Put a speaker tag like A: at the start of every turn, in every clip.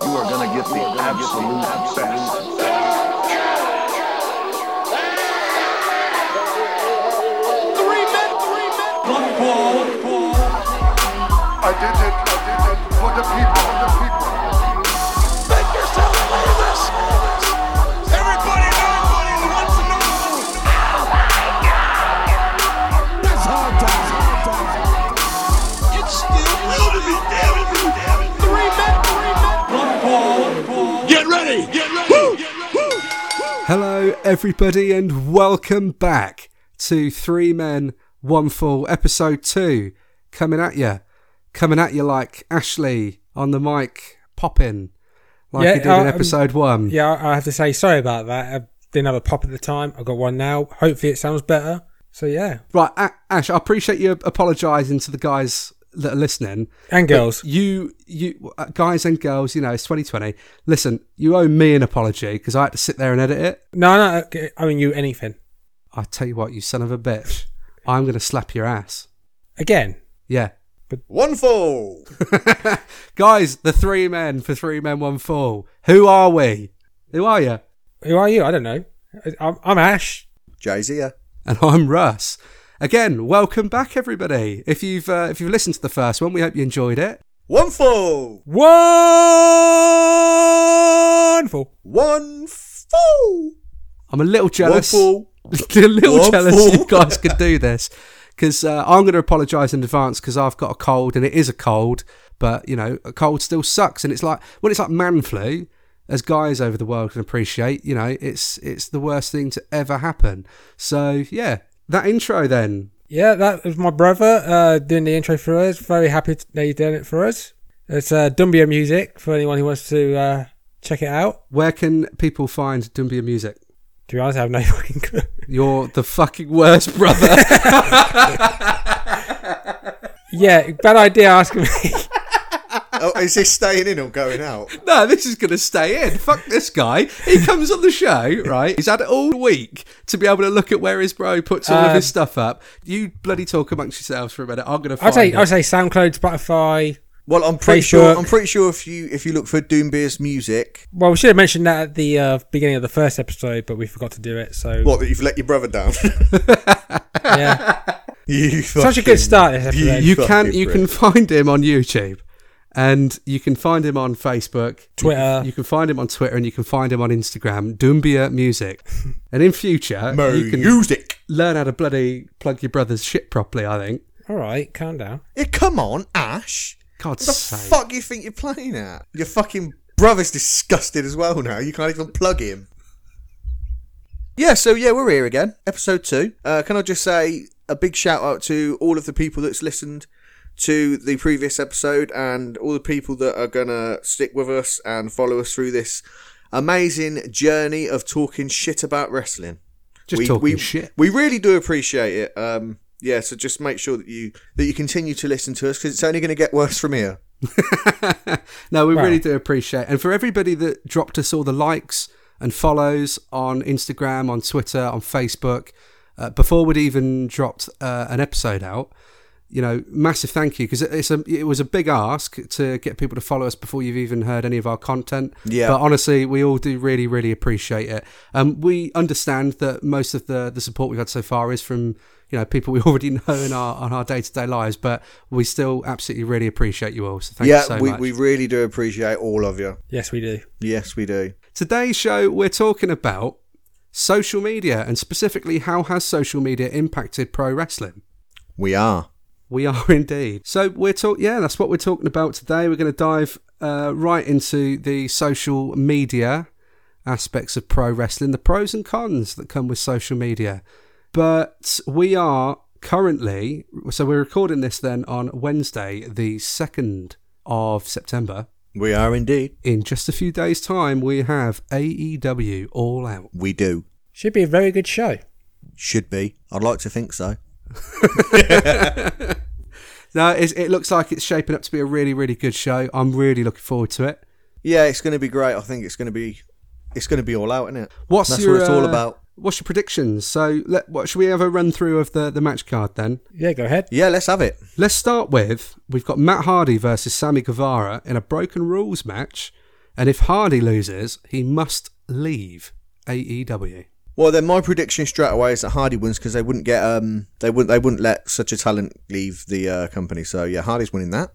A: get the absolute best. I did it, I did it for the people, for the people.
B: Make yourself famous. Everybody, everybody wants to know.
C: It's hard times. Hard times.
B: It's still real to me, damn it, damn it. Three men, three men. Get ready, get ready, get ready.
D: Hello, everybody, and welcome back to Three Men, One Fall, episode two. Coming at you, coming at you like Ashley on the mic, popping like
E: Yeah,
D: he did
E: uh,
D: in episode one.
E: Yeah, I- I have to say sorry about that. I didn't have a pop at the time. I got one now. Hopefully, it sounds better. So yeah,
D: Right, A- Ash, I appreciate you apologising to the guys that are listening.
E: and girls,
D: You, you uh, guys and girls, you know, it's 2020. Listen, you owe me an apology because I had to sit there and edit it.
E: no, no, okay, I mean you anything
D: I tell you what, you son of a bitch, I'm going to slap your ass.
E: again.
D: Yeah.
F: One fall.
D: Guys, the three men for three men, one fall. Who are we? Who are you?
E: Who are you? I don't know. I- I'm, I'm Ash.
F: Jay's here.
D: And I'm Russ. Again, welcome back, everybody. If you've uh, if you've listened to the first one, we hope you enjoyed it.
F: One fall.
E: Wonderful.
F: One fall.
D: I'm a little jealous.
F: One
D: a little
F: One
D: jealous
F: fall.
D: you guys could do this because uh, I'm going to apologise in advance because I've got a cold and it is a cold. But you know, a cold still sucks, and it's like well, it's like man flu. As guys over the world can appreciate, you know, it's it's the worst thing to ever happen. So yeah, that intro then.
E: Yeah, that was my brother uh, doing the intro for us. Very happy t- that you're doing it for us. It's uh, Dumbia music for anyone who wants to uh, check it out.
D: Where can people find Dumbia music?
E: To be honest, I have no fucking clue.
D: You're the fucking worst brother.
E: Yeah, bad idea asking me.
F: Oh, is this staying in or going out?
D: no, this is going to stay in. Fuck this guy. He comes on the show, right? He's had it all week to be able to look at where his bro puts all of
E: Um,
D: his stuff up. You bloody talk amongst yourselves for a minute. I'm going to
E: I'd
D: find
E: say
D: it.
E: I'd say SoundCloud, Spotify.
F: Well, I'm pretty
E: Face
F: sure.
E: work.
F: I'm pretty sure if you if you look for Doombeer's music,
E: Well, we should have mentioned that at the uh, beginning of the first episode, but we forgot to do it. So
F: what that you've let your brother down.
E: yeah,
F: you
E: such a good start. This
F: you-
E: episode.
D: you
F: fucking
D: can you can
F: prick.
D: find him on YouTube, and you can find him on Facebook, You
E: Twitter.
D: can, you can find him on Twitter, and you can find him on Instagram. Dumbia Music, and in future you can
F: music.
D: learn how to bloody plug your brother's shit properly. I think.
E: All right, calm down.
F: Yeah, come on, Ash.
D: God's
F: What the
D: sake.
F: fuck you think you're playing at? Your fucking brother's disgusted as well now. You can't even plug him. Yeah, so yeah, we're here again, episode two. Uh, can I just say a big shout out to all of the people that's listened to the previous episode and all the people that are gonna stick with us and follow us through this amazing journey of talking shit about wrestling
D: Just
F: we,
D: talking
F: we,
D: shit.
F: We really do appreciate it. Um, yeah, so just make sure that you that you continue to listen to us because it's only going to get worse from here.
D: no, we
E: Well-
D: really do appreciate. And for everybody that dropped us all the likes and follows on Instagram, on Twitter, on Facebook, uh, before we'd even dropped uh, an episode out, you know, massive thank you because it's a it was a big ask to get people to follow us before you've even heard any of our content.
F: Yeah.
D: But honestly, we all do really really appreciate it. Um, we understand that most of the the support we've had so far is from you know people we already know in our on our day to day lives, but we still absolutely really appreciate you all. So thank
F: yeah,
D: you so
F: we,
D: much.
F: we really do appreciate all of you.
E: Yes, we do.
F: Yes, we do.
D: Today's show, we're talking about social media and specifically how has social media impacted pro wrestling.
F: We are.
D: We are indeed. So we're talk. Yeah, that's what we're talking about today. We're going to dive uh, right into the social media aspects of pro wrestling, the pros and cons that come with social media. But we are currently, so we're recording this then on Wednesday, the second of September.
F: We are indeed.
D: In just a few days' time, we have AEW All Out.
F: We do.
E: Should be a very good show.
F: Should be. I'd like to think so.
D: No, it's, it looks like it's shaping up to be a really, really good show. I'm really looking forward to it.
F: Yeah, it's going to be great. I think it's going to be. It's going to be all out, isn't it?
D: What's
F: That's
D: your,
F: what it's all
D: uh,
F: about.
D: What's your predictions? So, let, what should we have a run through of the, the match card then?
E: Yeah, go ahead.
F: Yeah, let's have it.
D: Let's start with we've got Matt Hardy versus Sammy Guevara in a Broken Rules match And if Hardy loses, he must leave E AEW.
F: Well, then my prediction straight away is that Hardy wins because they wouldn't get um they wouldn't they wouldn't let such a talent leave the uh, company. So yeah, Hardy's winning that.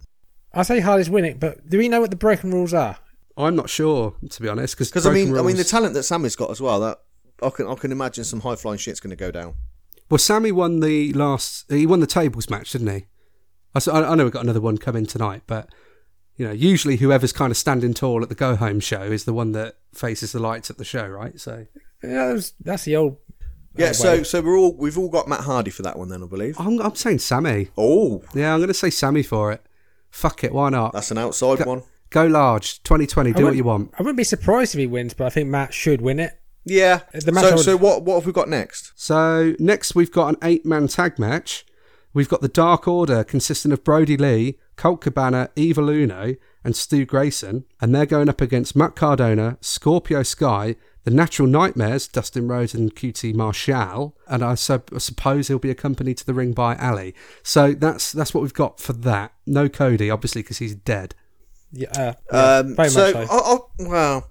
E: I say Hardy's win it, but do we know what the broken rules are?
D: I'm not sure, to be honest, because
F: Because I mean, I mean the talent that Sammy's got as well. That I can I can imagine some high flying shit's going to go down.
D: well, Sammy won the last. He won the tables match, didn't he? I, s- I- I know we've got another one coming tonight, but you know, usually whoever's kind of standing tall at the go home show is the one that faces the lights at the show, right? So
E: Yeah, that was- that's the old.
F: Yeah,
E: Oh,
F: so
E: wait.
F: so we're all we've all got Matt Hardy for that one then I believe.
D: I'm, I'm saying Sammy.
F: Oh,
D: Yeah, I'm going to say Sammy for it. Fuck it, why not?
F: that's an outside one.
D: Go large, 2020.
E: I
D: Do what
E: wouldn't-
D: you want.
E: I wouldn't be surprised if he wins, but I think Matt should win it.
F: Yeah.
E: The match I
F: so
E: would-
F: so what what have we got next?
D: So next we've got an eight-man tag match. We've got the Dark Order consisting of Brody Lee, Colt Cabana, Evil Uno, and Stu Grayson, and they're going up against Matt Cardona, Scorpio Sky, the Natural Nightmares, Dustin Rhodes and QT Marshall, and I, sub- I suppose he'll be accompanied to the ring by Ali. So that's that's what we've got for that. No Cody, obviously, because he's dead.
E: Yeah, uh, yeah,
F: Um,
E: very
F: so
E: much so.
F: I, I, well,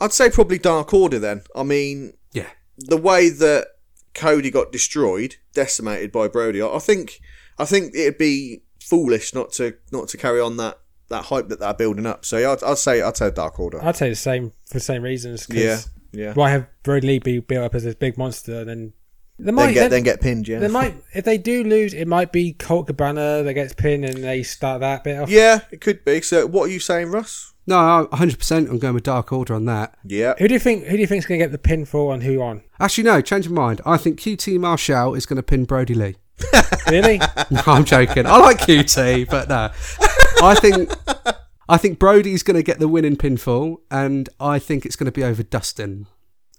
F: I'd say probably Dark Order then. I mean,
D: Yeah,
F: the way that Cody got destroyed, decimated by Brody, I I think I think it'd be foolish not to not to carry on that, that hype that they're building up. So yeah, I'd, I'd say I'd say Dark Order.
E: I'd say the same for the same reasons. 'cause
F: yeah, yeah.
E: Why have Brody Lee be built up as this big monster? Then they might
F: Then get
E: then,
F: then get pinned. Yeah,
E: they might if they do lose, it might be Colt Cabana that gets pinned and they start that bit off.
F: yeah, it could be. So what are you saying, Russ?
D: no, 100%. I'm going with Dark Order on that.
F: Yeah,
E: Who do you think? Who do you think's going to get the pinfall and who on?
D: Actually, no, change of mind. I think QT Marshall is going to pin Brody Lee.
E: Really?
D: No, I'm joking. I like QT, but no. I think I think Brody's going to get the winning pinfall, and I think it's going to be over Dustin.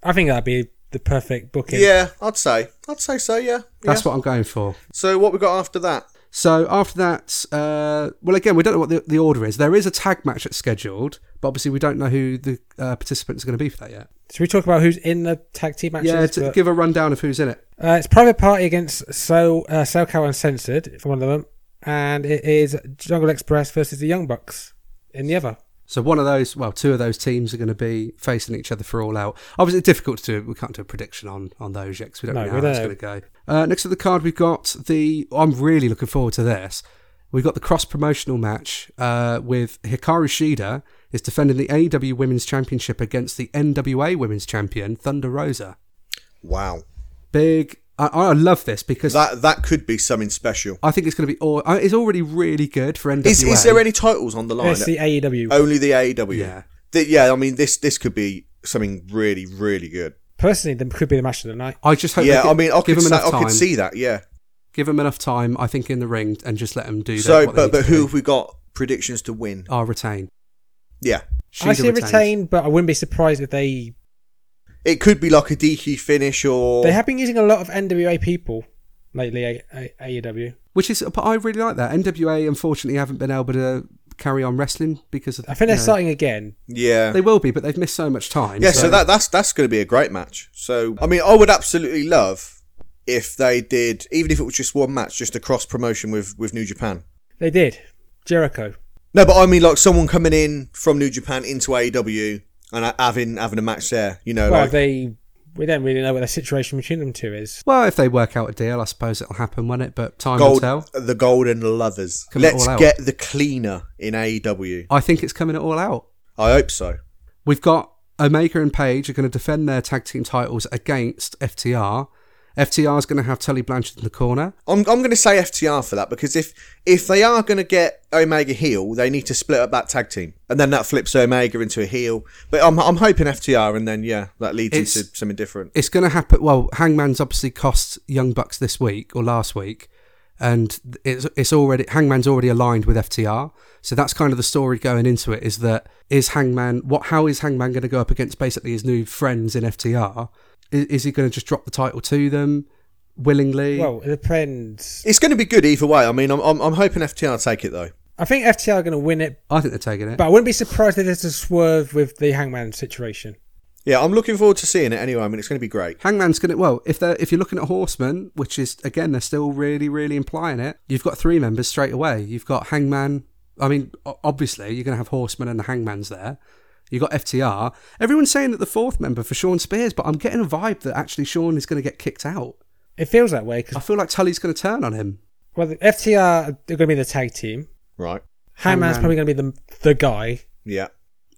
E: I think that'd be the perfect booking.
F: yeah. I'd say I'd say so. Yeah,
D: That's
F: yeah.
D: what I'm going for.
F: So what we got after that?
D: So after that, uh, well, again, we don't know what the, the order is. There is a tag match that's scheduled, but obviously we don't know who the uh, participants are going to be for that yet.
E: Should we talk about who's in the tag team matches?
D: Yeah, to
E: But-
D: give a rundown of who's in it.
E: Uh, it's Private Party against So uh, SoCal Uncensored for one of them, and it is Jungle Express versus the Young Bucks in the other.
D: So one of those, well, two of those teams are going to be facing each other for all out. Obviously, difficult to do. We can't do a prediction on on those yet 'cause we don't
E: No,
D: know
E: we
D: how that's going to
E: don't.
D: go. Uh, next to the card, we've got the. I'm really looking forward to this. We've got the cross promotional match uh, with Hikaru Shida is defending the AEW Women's Championship against the NWA Women's Champion Thunder Rosa.
F: Wow,
D: Big. I, I love this because
F: that that could be something special.
D: I think it's going to be. All, uh, it's already really good for NWA.
F: Is, is there any titles on the line? Oh.
E: It's the E AEW.
F: Only the AEW.
D: Yeah.
F: Th- yeah. I mean, this this could be something really, really good. Personally,
E: Personally, them could be the match of the night.
D: I just hope.
F: yeah.
D: they
F: I
D: give-
F: mean, I
D: give
F: could,
D: them
F: say,
D: enough
F: I
D: time.
F: could see that. Yeah.
D: Give them enough time. I think in the ring and just let them do. their-
F: So,
D: what they
F: but
D: need
F: but
D: to
F: who
D: do.
F: have we got predictions to win?
D: are retain.
F: Yeah.
E: I
D: Shida
E: see
D: retains.
E: retain, but I wouldn't be surprised if they
F: It could be like a DQ finish or
E: they have been using a lot of NWA people lately. A- A- E AEW.
D: which is. But I really like that. NWA unfortunately haven't been able to carry on wrestling because of.
E: I think
D: you
E: they're
D: know,
E: starting again.
F: yeah.
D: They will be, but they've missed so much time.
F: yeah, so, that that's that's going to be a great match. So, I mean, I would absolutely love if they did, even if it was just one match, just a cross promotion with with New Japan.
E: They did Jericho.
F: No, but I mean, like someone coming in from New Japan into AEW and uh, having having a match there. You know,
E: Well,
F: like,
E: they we don't really know what the situation between them two is.
D: Well, if they work out a deal, I suppose it'll happen, won't it? But time will
F: Gold,
D: tell.
F: the Golden Lovers.
D: Come it
F: Let's
D: all out.
F: get the cleaner in AEW.
D: I think it's coming it all out.
F: I hope so.
D: We've got Omega and Page are going to defend their tag team titles against FTR. FTR is going to have Tully Blanchard in the corner.
F: I'm, I'm going to say FTR for that because if if they are going to get Omega heel, they need to split up that tag team, and then that flips Omega into a heel. But I'm, I'm hoping FTR, and then yeah, that leads
D: It's-
F: into something different.
D: It's going to happen. Well, Hangman's obviously cost Young Bucks this week or last week, and it's it's already Hangman's already aligned with FTR. So that's kind of the story going into it. Is that is Hangman what? How is Hangman going to go up against basically his new friends in FTR? Is, is he going to just drop the title to them willingly?
E: Well, it depends.
F: It's going to be good either way. I mean, I'm, I'm, I'm hoping FTR take it though.
E: I think FTR are going to win it,
D: I think they're taking it.
E: but I wouldn't be surprised if there's a swerve with the Hangman situation.
F: Yeah, I'm looking forward to seeing it anyway. I mean, it's going to be great.
D: Hangman's gonna well if they're if you're looking at Horseman, which is again they're still really really implying it. You've got three members straight away. You've got Hangman. I mean, o- obviously you're gonna have Horseman and the Hangman's there. You got FTR. Everyone's saying that the fourth member for Sean Spears, but I'm getting a vibe that actually Sean is going to get kicked out.
E: It feels that way
D: I
E: because
D: feel like Tully's going to turn on him.
E: well, the FTR are going to be the tag team.
F: Right.
E: Hangman's
D: Hangman.
E: probably going to be the the guy.
F: Yeah.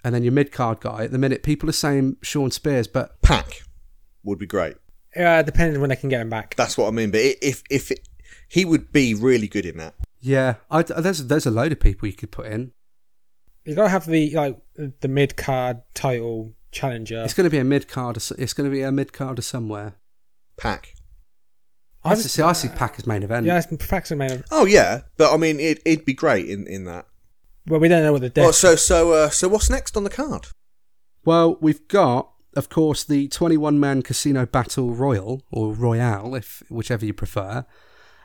D: And then your mid card guy. At the minute, people are saying Sean Spears, but
F: Pack would be great.
E: Uh, depending on when they can get him back.
F: That's what I mean. But i- if if it, he would be really good in that.
D: yeah, I, there's there's a load of people you could put in.
E: You got to have the like the mid card title challenger.
D: It's going to be a mid card. It's going to be a mid carder somewhere.
F: Pack.
D: I see. I see Pack as main event.
E: yeah, it's Paxton Main.
F: Oh yeah, but I mean it, it'd be great in in that.
E: Well, we don't know what the death.
F: Well, so so uh, so what's next on the card?
D: Well, we've got, of course, the 21 man casino battle royal, or royale, if whichever you prefer.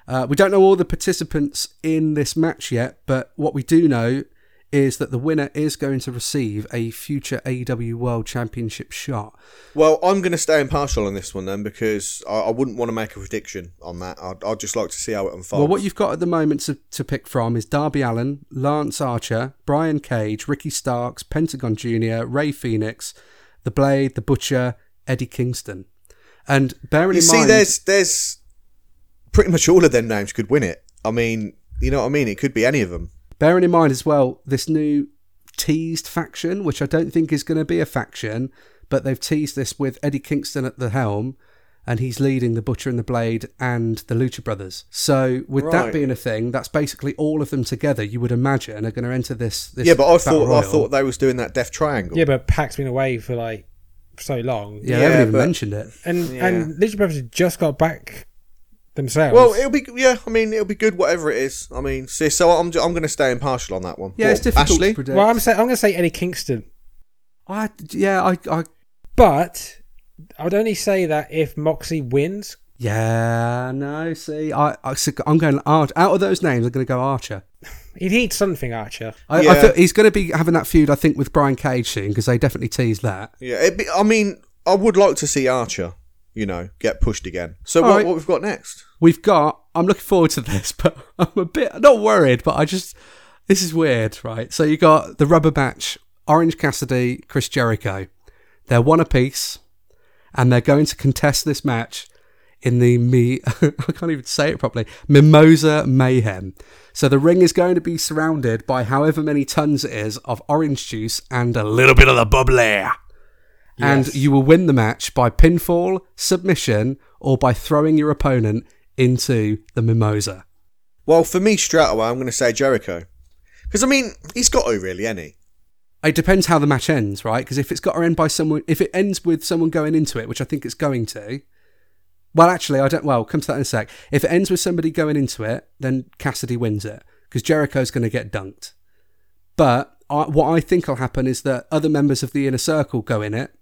D: Uh, we don't know all the participants in this match yet, but what we do know is that the winner is going to receive a future AEW World Championship shot.
F: Well, I'm going to stay impartial on this one then because I, I wouldn't want to make a prediction on that. I'd, I'd just like to see how it unfolds.
D: Well, what you've got at the moment to, to pick from is Darby Allen, Lance Archer, Brian Cage, Ricky Starks, Pentagon Jr., Ray Phoenix, The Blade, The Butcher, Eddie Kingston. And bearing
F: You
D: in
F: see,
D: mind,
F: there's there's pretty much all of them names could win it. I mean, you know what I mean. It could be any of them.
D: Bearing in mind as well this new teased faction, which I don't think is going to be a faction, but they've teased this with Eddie Kingston at the helm, and he's leading the Butcher and the Blade and the Lucha Brothers. So with that
F: Right.
D: being a thing, that's basically all of them together. You would imagine are going to enter this. this
F: yeah, but I
D: battle
F: thought I
D: royal.
F: thought they was doing that Death Triangle.
E: yeah, but Pac's been away for like so long.
D: yeah, they haven't
F: yeah,
D: even
F: but-
D: mentioned it.
E: and and Lucha Brothers have just got back themselves.
F: Well, it'll be yeah. I mean, it'll be good, whatever it is. I mean, see, so I'm ju- I'm going to stay impartial on that one.
D: Yeah, it's
F: What,
D: difficult
F: Ashley?
D: to predict.
E: well, I'm say, I'm going to say Eddie Kingston,
D: I, yeah, I, I
E: but I would only say that if Moxie wins.
D: yeah, no. See, I, I I'm going Archer. Out of those names, I'm going to go Archer.
E: He needs something, Archer.
D: I, I
F: Yeah.
D: feel he's going to be having that feud, I think, with Brian Cage soon because they definitely teased that.
F: Yeah, it'd be, I mean, I would like to see Archer, you know, get pushed again. So
D: All
F: what,
D: right.
F: what we've got next?
D: We've got. I'm looking forward to this, but I'm a bit not worried. But I just this is weird, right? So you got the rubber match: Orange Cassidy, Chris Jericho. They're one apiece, and they're going to contest this match in the me. I can't even say it properly. Mimosa Mayhem. So the ring is going to be surrounded by however many tons it is of orange juice and a little bit of the bubbly. and you will win the match by pinfall, submission, or by throwing your opponent into the mimosa.
F: Well, for me, straight away, I'm going to say Jericho, because I mean, he's got to really, any.
D: It depends how the match ends, right? Because if it's got to end by someone, if it ends with someone going into it, which I think it's going to, well, actually, I don't. Well, come to that in a sec. If it ends with somebody going into it, then Cassidy wins it because Jericho's going to get dunked. But I, what I think will happen is that other members of the inner circle go in it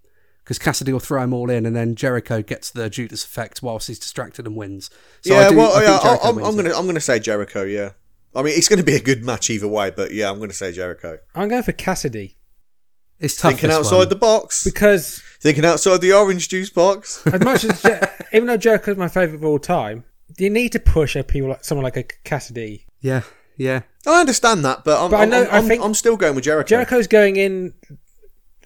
D: because Cassidy will throw them all in, and then Jericho gets the Judas effect whilst he's distracted and wins. So
F: yeah,
D: I do,
F: well,
D: I think
F: yeah,
D: Jericho
F: I, I'm,
D: wins
F: I'm
D: it.
F: going to I'm going to say Jericho. Yeah, I mean, it's going to be a good match either way, but yeah, I'm going to say Jericho.
E: I'm going for Cassidy
D: It's tough.
F: Thinking
D: this
F: outside
D: one.
F: the box.
E: because
F: Thinking outside the orange juice box.
E: as much as Je- even though Jericho's my favorite of all time, you need to push a people like someone like a Cassidy.
D: yeah, yeah.
F: I understand that, but I'm
E: But I
F: I'm,
E: know-
F: I'm,
E: I think-
F: I'm still going with Jericho.
E: Jericho's going in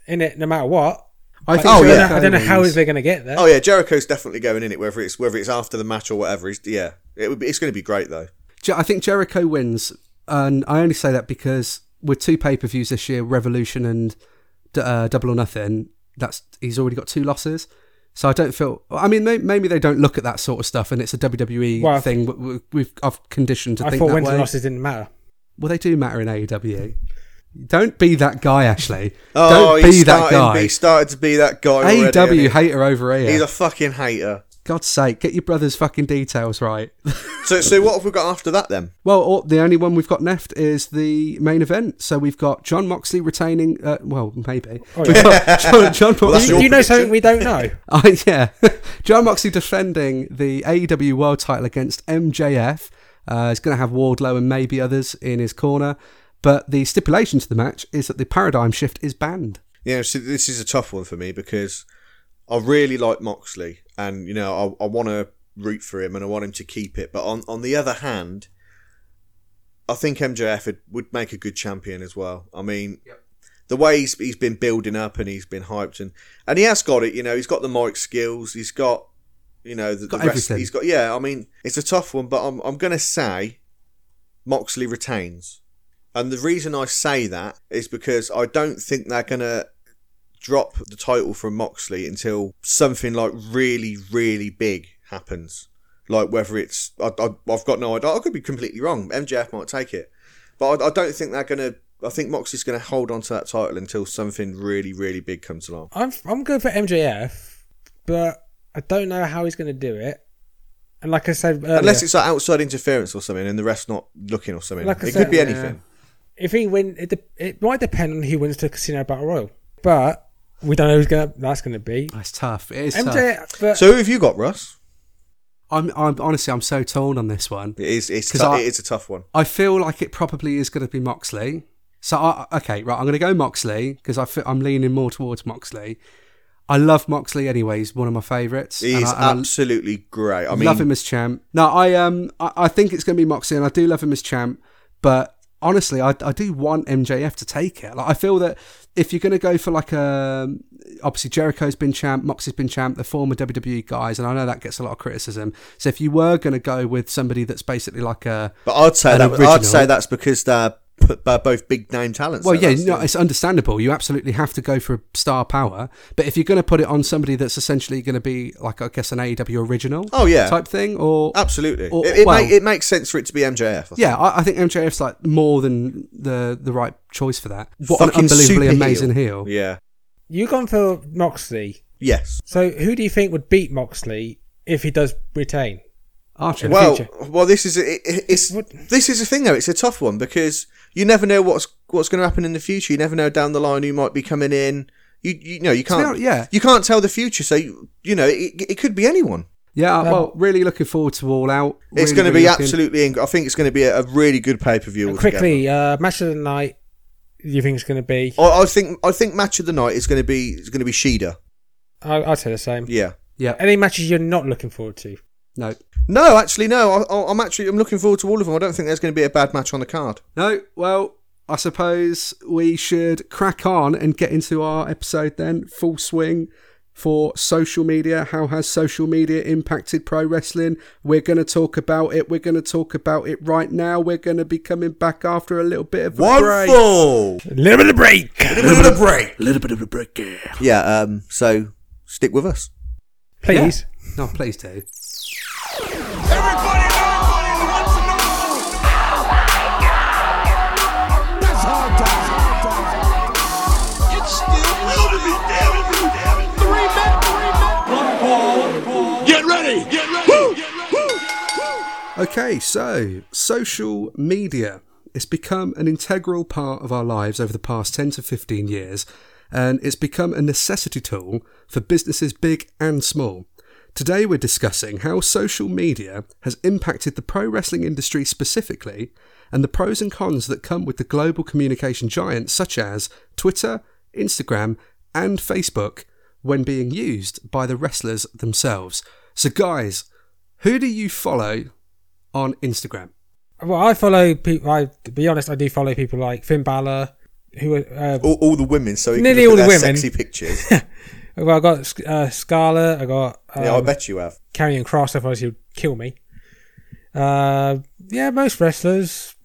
E: in it no matter what.
D: I
E: Like,
D: think
F: Oh,
E: I don't
F: yeah.
E: know- I don't know how
D: wins.
E: they're going to get there.
F: Oh yeah, Jericho's definitely going in it, whether it's whether it's after the match or whatever. It's, yeah, it would be, it's going to be great though.
D: Je- I think Jericho wins, and I only say that because with two pay per views this year, Revolution and D- uh, Double or Nothing, that's he's already got two losses. So I don't feel. I mean, may- maybe they don't look at that sort of stuff, and it's a WWE
E: Well, I
D: thing. w- w- We've I've conditioned to
E: I
D: think
E: thought
D: that
E: wins
D: way.
E: and losses didn't matter.
D: Well, they do matter in AEW. Don't be that guy, Ashley.
F: Oh,
D: don't
F: he's
D: be that
F: starting-
D: guy.
F: He started to be that guy. already,
D: AEW
F: ain't he?
D: hater over here.
F: He's a fucking hater.
D: God's sake, get your brother's fucking details right.
F: So so what have we got after that then?
D: Well, all, the only one we've got left is the main event. So we've got John Moxley retaining. Uh, well, maybe we've got John, John
F: Oh, that's
D: Moxley.
E: Do
F: your
E: you
F: prediction.
E: know something we don't know?
D: Uh, yeah, John Moxley defending the AEW World Title against MJF. Uh, he's going to have Wardlow and maybe others in his corner. But the stipulation to the match is that the paradigm shift is banned.
F: you know, so this is a tough one for me because I really like Moxley, and you know, I, I want to root for him and I want him to keep it. But on on the other hand, I think MJF would, would make a good champion as well. I mean, the way he's, he's been building up and he's been hyped and and he has got it. You know, he's got the Mike skills. He's got you know the,
D: Got
F: the rest.
D: everything.
F: He's got yeah. I mean, it's a tough one, but I'm I'm gonna say Moxley retains. And the reason I say that is because I don't think they're gonna drop the title from Moxley until something like really, really big happens. Like whether it's, I, I, I've got no idea. I could be completely wrong. MJF might take it, but I, I don't think they're gonna. I think Moxley's gonna hold on to that title until something really, really big comes along.
E: I'm I'm going for MJF, but I don't know how he's going to do it. And like I said,
D: Oh,
E: earlier,
F: Unless it's like outside interference or something, and the ref's not looking or something.
E: Like I
F: it
E: said,
F: could be
E: yeah.
F: anything.
E: if he win, it, de- it might depend on who wins the Casino Battle Royal. But we don't know who's going. to That's going to be
D: That's tough. It is tough.
E: MJF. But
F: So who have you got, Russ?
D: I'm, I'm honestly, I'm so torn on this one.
F: It is. It's.
D: 'Cause
F: tou-
D: I-
F: it is a tough one.
D: I feel like it probably is going to be Moxley. So I, I- okay, right, I'm going to go Moxley because I feel, I'm leaning more towards Moxley. I love Moxley anyway. He's one of my favourites.
F: He
D: and
F: is
D: I- and I
F: absolutely great. I mean,
D: love him as champ. No, I um, I, I think it's going to be Moxley, and I do love him as champ. But honestly, I, I do want MJF to take it. Like I feel that if you're going to go for like a obviously Jericho's been champ, Moxley's been champ, the former WWE guys, and I know that gets a lot of criticism. So if you were going to go with somebody that's basically like a
F: But I'd say
D: an
F: that
D: original.
F: I'd say that's because they're, p- they're both big name talents.
D: Well,
F: though,
D: yeah,
F: that's
D: no,
F: the-
D: it's understandable. You absolutely have to go for a star power. But if you're going to put it on somebody that's essentially going to be, like, I guess, an AEW original
F: Oh, yeah.
D: type thing, or.
F: absolutely.
D: or-
F: it, it,
D: well-
F: make, it makes sense for it to be MJF. I think.
D: Yeah, I, I think MJF's, like, more than the, the right choice for that. What
F: Fucking
D: an unbelievably
F: super
D: amazing heel.
F: Yeah.
E: you've gone for Moxley.
F: Yes.
E: So who do you think would beat Moxley if he does retain?
D: Archer.
F: Well,
E: future.
F: well, this is it, it- it's
E: What-
F: this is a thing though. It's a tough one because you never know what's what's going to happen in the future. You never know down the line who might be coming in. You you know you can't
D: honest, yeah.
F: you can't tell the future. So you, you know it, it could be anyone.
D: yeah, well, really looking forward to All Out.
F: It's going
D: Really,
F: to
D: really
F: be
D: looking-
F: absolutely. ing- I think it's going to be a, a really good pay per view.
E: Quickly, uh, match of the night. You think it's going to be?
F: I, I think I think match of the night is going to be is going to be Sheeda.
E: I, I'd say the same.
F: Yeah.
D: Yeah,
E: Any matches you're not looking forward to?
D: no.
F: No, actually, no. I- I, I'm actually I'm looking forward to all of them. I don't think there's going to be a bad match on the card.
D: No, well, I suppose we should crack on and get into our episode then, full swing for social media. How has social media impacted pro wrestling? We're going to talk about it. We're going to talk about it right now. We're going to be coming back after a little bit of a break.
F: full,
E: Little bit of break.
F: little bit of break, little bit of a break. Yeah. Um. So stick with us.
E: Please.
D: No, please do.
B: Everybody, everybody wants to know.
C: That's hard times.
B: It's still will be Three men, three men. Get ready, get ready. Get ready.
D: Okay, so social media. It's become an integral part of our lives over the past 10 to 15 years, and it's become a necessity tool for businesses big and small. Today, we're discussing how social media has impacted the pro wrestling industry specifically, and the pros and cons that come with the global communication giants such as Twitter, Instagram, and Facebook when being used by the wrestlers themselves. So, guys, who do you follow on Instagram?
E: Well, I follow people. I, to be honest, I do follow people like Finn Balor, who are. Uh,
F: All, all the women. So you
E: Nearly
F: can look
E: all
F: at
E: the
F: their
E: women.
F: Sexy pictures.
E: well, I got uh, Scarlet. I got um,
F: yeah, I bet you have.
E: Karrion Cross. Otherwise, he'd kill me. Uh, yeah, most wrestlers.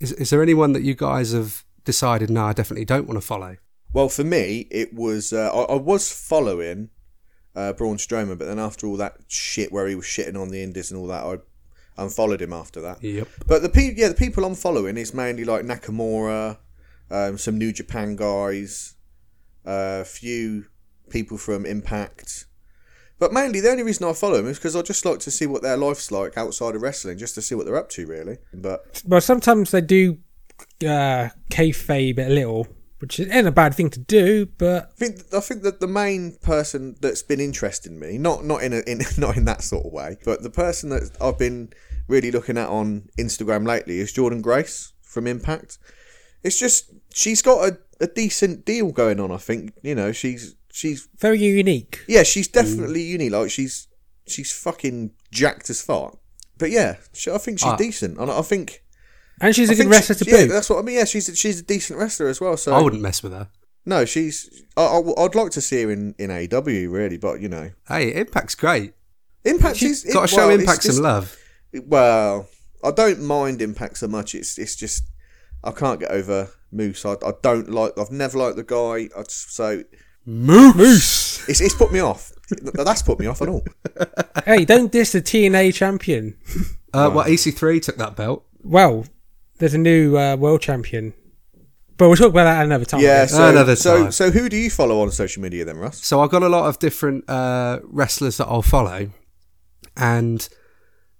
D: Is, is there anyone that you guys have decided, no, I definitely don't want to follow?
F: Well, for me, it was uh, I, I was following uh, Braun Strowman, but then after all that shit where he was shitting on the Indies and all that, I unfollowed him after that.
D: Yep.
F: But the pe- yeah, the people I'm following is mainly like Nakamura, um, some New Japan guys, a few people from Impact. But mainly, the only reason I follow them is because I just like to see what their life's like outside of wrestling, just to see what they're up to, really. But
E: Well, sometimes they do uh, kayfabe a little, which isn't a bad thing to do. But
F: I think I think that the main person that's been interesting me, not not in a in not in that sort of way, but the person that I've been really looking at on Instagram lately is Jordan Grace from Impact. It's just she's got a, a decent deal going on. I think you know she's she's
E: very unique.
F: yeah she's
E: Mm.
F: definitely uni like she's she's fucking jacked as fuck. But yeah, she, I think she's
D: Ah.
F: decent, and I think
E: And she's a
F: I
E: good
F: think
E: wrestler
F: she-
E: to
F: yeah,
E: boot.
F: that's what I mean. Yeah, she's a, she's a decent wrestler as well. So
D: I wouldn't mess with her.
F: No, she's. I, I, would like to see her in, in AW, really, but you know.
D: Hey, Impact's great.
F: Impact
D: She's
F: is.
D: got to show Impact some love.
F: love. Well, I don't mind Impact so much. It's it's just. I can't get over Moose. I, I don't like. I've never liked the guy. I just, so
D: Moose.
F: it's, it's put me off. That's put me off at all.
E: hey, don't diss the TNA champion.
D: Uh, well, EC3 took that belt.
E: Well, there's a new uh, world champion, but we'll talk about that another time. I
F: Yeah,
E: guess.
F: so,
D: Another
F: so
D: time.
F: so who do you follow on social media then, Russ?
D: So I've got a lot of different uh, wrestlers that I'll follow, and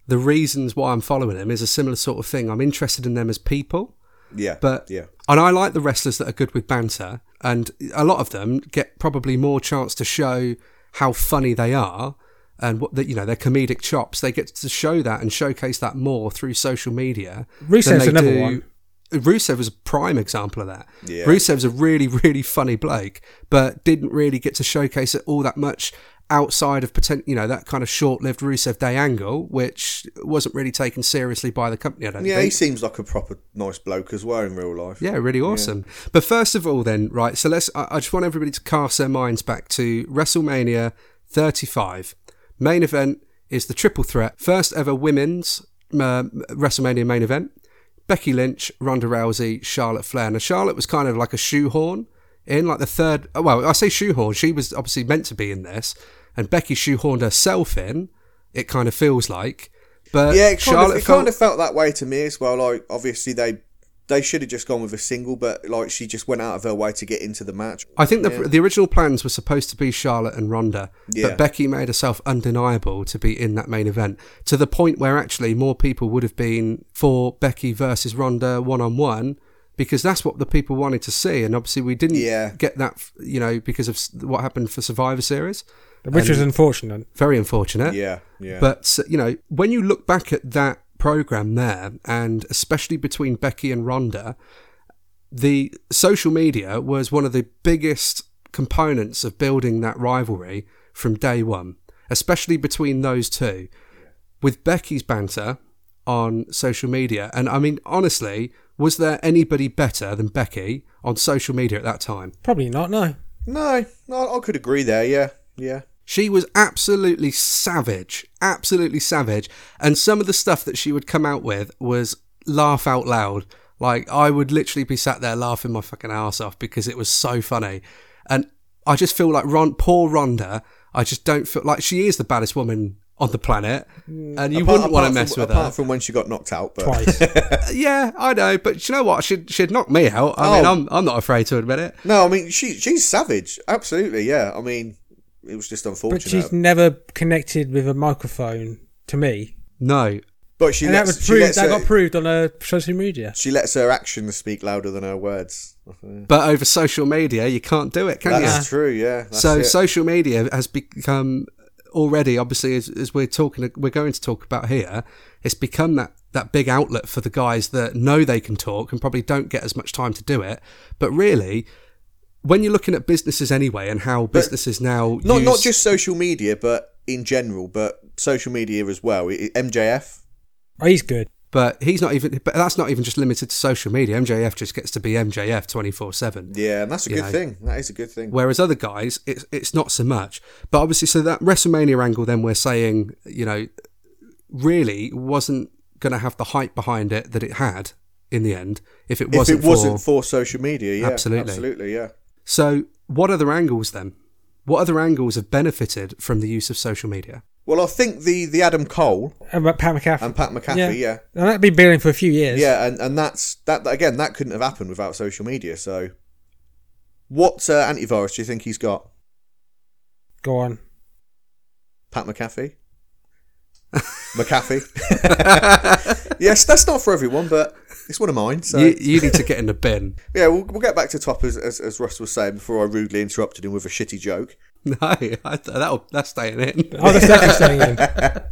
D: the reasons why I'm following them is a similar sort of thing. I'm interested in them as people,
F: Yeah,
D: but
F: yeah,
D: and I like the wrestlers that are good with banter, and a lot of them get probably more chance to show how funny they are and what the, you know their comedic chops. They get to show that and showcase that more through social media. than
E: Rusev's
D: they
E: another
D: do-
E: one.
D: Rusev was a prime example of that.
F: Yeah.
D: Rusev's a really, really funny bloke, but didn't really get to showcase it all that much outside of potent, you know, that kind of short-lived Rusev Day angle, which wasn't really taken seriously by the company. I don't
F: yeah.
D: think.
F: He seems like a proper nice bloke as well in real life.
D: Yeah, really awesome. But first of all, then, right, so let's. I, I just want everybody to cast their minds back to WrestleMania 35. Main event is the triple threat. First ever women's uh, WrestleMania main event Becky Lynch, Ronda Rousey, Charlotte Flair. Now, Charlotte was kind of like a shoehorn in, like the third. oh, Well, I say shoehorn, she was obviously meant to be in this, and Becky shoehorned herself in, it kind of feels like. But
F: Yeah, it, kind
D: Charlotte
F: of, it
D: felt,
F: kind of felt that way to me as well. Like, obviously they they should have just gone with a single, but like she just went out of her way to get into the match.
D: I think the, the original plans were supposed to be Charlotte and Ronda,
F: Yeah.
D: but Becky made herself undeniable to be in that main event to the point where actually more people would have been for Becky versus Ronda one on one because that's what the people wanted to see, and obviously we didn't
F: Yeah.
D: get that, you know, because of s- what happened for Survivor Series.
E: which was unfortunate.
D: Very unfortunate.
F: Yeah, yeah.
D: But uh, you know, when you look back at that program there, and especially between Becky and Ronda, the social media was one of the biggest components of building that rivalry from day one, especially between those two. With Becky's banter on social media, and I mean, honestly, was there anybody better than Becky on social media at that time?
E: Probably not. No.
F: no, no, I could agree there. Yeah, yeah.
D: She was absolutely savage, absolutely savage. And some of the stuff that she would come out with was laugh out loud. Like I would literally be sat there laughing my fucking ass off because it was so funny. And I just feel like Ron, poor Rhonda. I just don't feel like she is the baddest woman on the planet, and you wouldn't want
F: Hmm.
D: to
F: Apart
D: mess
F: from,
D: with
F: apart
D: her.
F: from when she got knocked out. But
E: Twice.
D: Yeah, I know, but you know what? She'd she'd knock me out. I mean,
F: Oh.
D: I'm I'm not afraid to admit it.
F: no, I mean she she's savage. Absolutely, yeah. I mean it was just
E: but
F: unfortunate.
E: she's never connected with a microphone to me.
D: No,
F: But she
E: And that
F: lets,
E: was
F: she,
E: proved.
F: lets
E: That
F: her,
E: got proved on her social media.
F: she lets her actions speak louder than her words.
D: but over social media, you can't do it, can
F: That's
D: you?
F: true, yeah. That's
D: so
F: it.
D: social media has become already obviously as, as we're talking we're going to talk about here it's become that that big outlet for the guys that know they can talk and probably don't get as much time to do it but really when you're looking at businesses anyway and how businesses now
F: not
D: use-
F: not just social media, but in general, but social media as well. I- I- MJF,
E: Oh, he's good.
D: but he's not even but that's not even just limited to social media mjf just gets to be mjf 24 7
F: yeah, and that's a
D: You
F: good
D: know.
F: thing. That is a good thing.
D: Whereas other guys, it's it's not so much. But obviously, so that WrestleMania angle, then we're saying, you know, really wasn't going to have the hype behind it that it had in the end. If it
F: if
D: wasn't,
F: it wasn't
D: for,
F: for social media, yeah,
D: Absolutely.
F: absolutely, absolutely, yeah.
D: so what other angles then? What other angles have benefited from the use of social media?
F: Well, I think the the Adam Cole
E: And Pat McAfee.
F: and Pat McAfee, yeah,
E: And that'd been building for a few
F: Um, yeah,
E: years.
F: and and that's that that- again. That couldn't have happened without social media. So, what uh, antivirus do you think he's got,
E: Go on.
F: Pat McAfee? McAfee. yes, that's not for everyone, but it's one of mine. So
D: You, you need to get in the bin.
F: Yeah, we'll, we'll get back to top as, as, as Russ was saying before I rudely interrupted him with a shitty joke.
D: No, I, that'll that's staying in.
E: Oh, that's definitely staying in.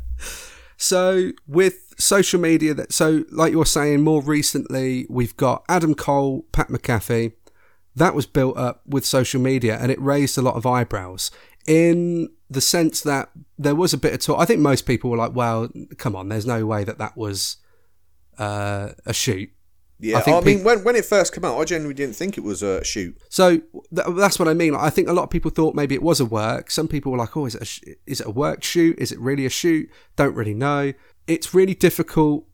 D: So with social media, that so like you're saying, more recently we've got Adam Cole, Pat McAfee. That was built up with social media, and it raised a lot of eyebrows in the sense that there was a bit of talk. I think most people were like, "Well, come on, there's no way that that was uh, a shoot."
F: Yeah,
D: I
F: I,
D: think
F: mean,
D: peop-
F: when when it first came out, I genuinely didn't think it was a shoot.
D: So th- that's what I mean. I think a lot of people thought maybe it was a work. Some people were like, "Oh, is it a sh- is it a work shoot? Is it really a shoot? Don't really know." It's really difficult,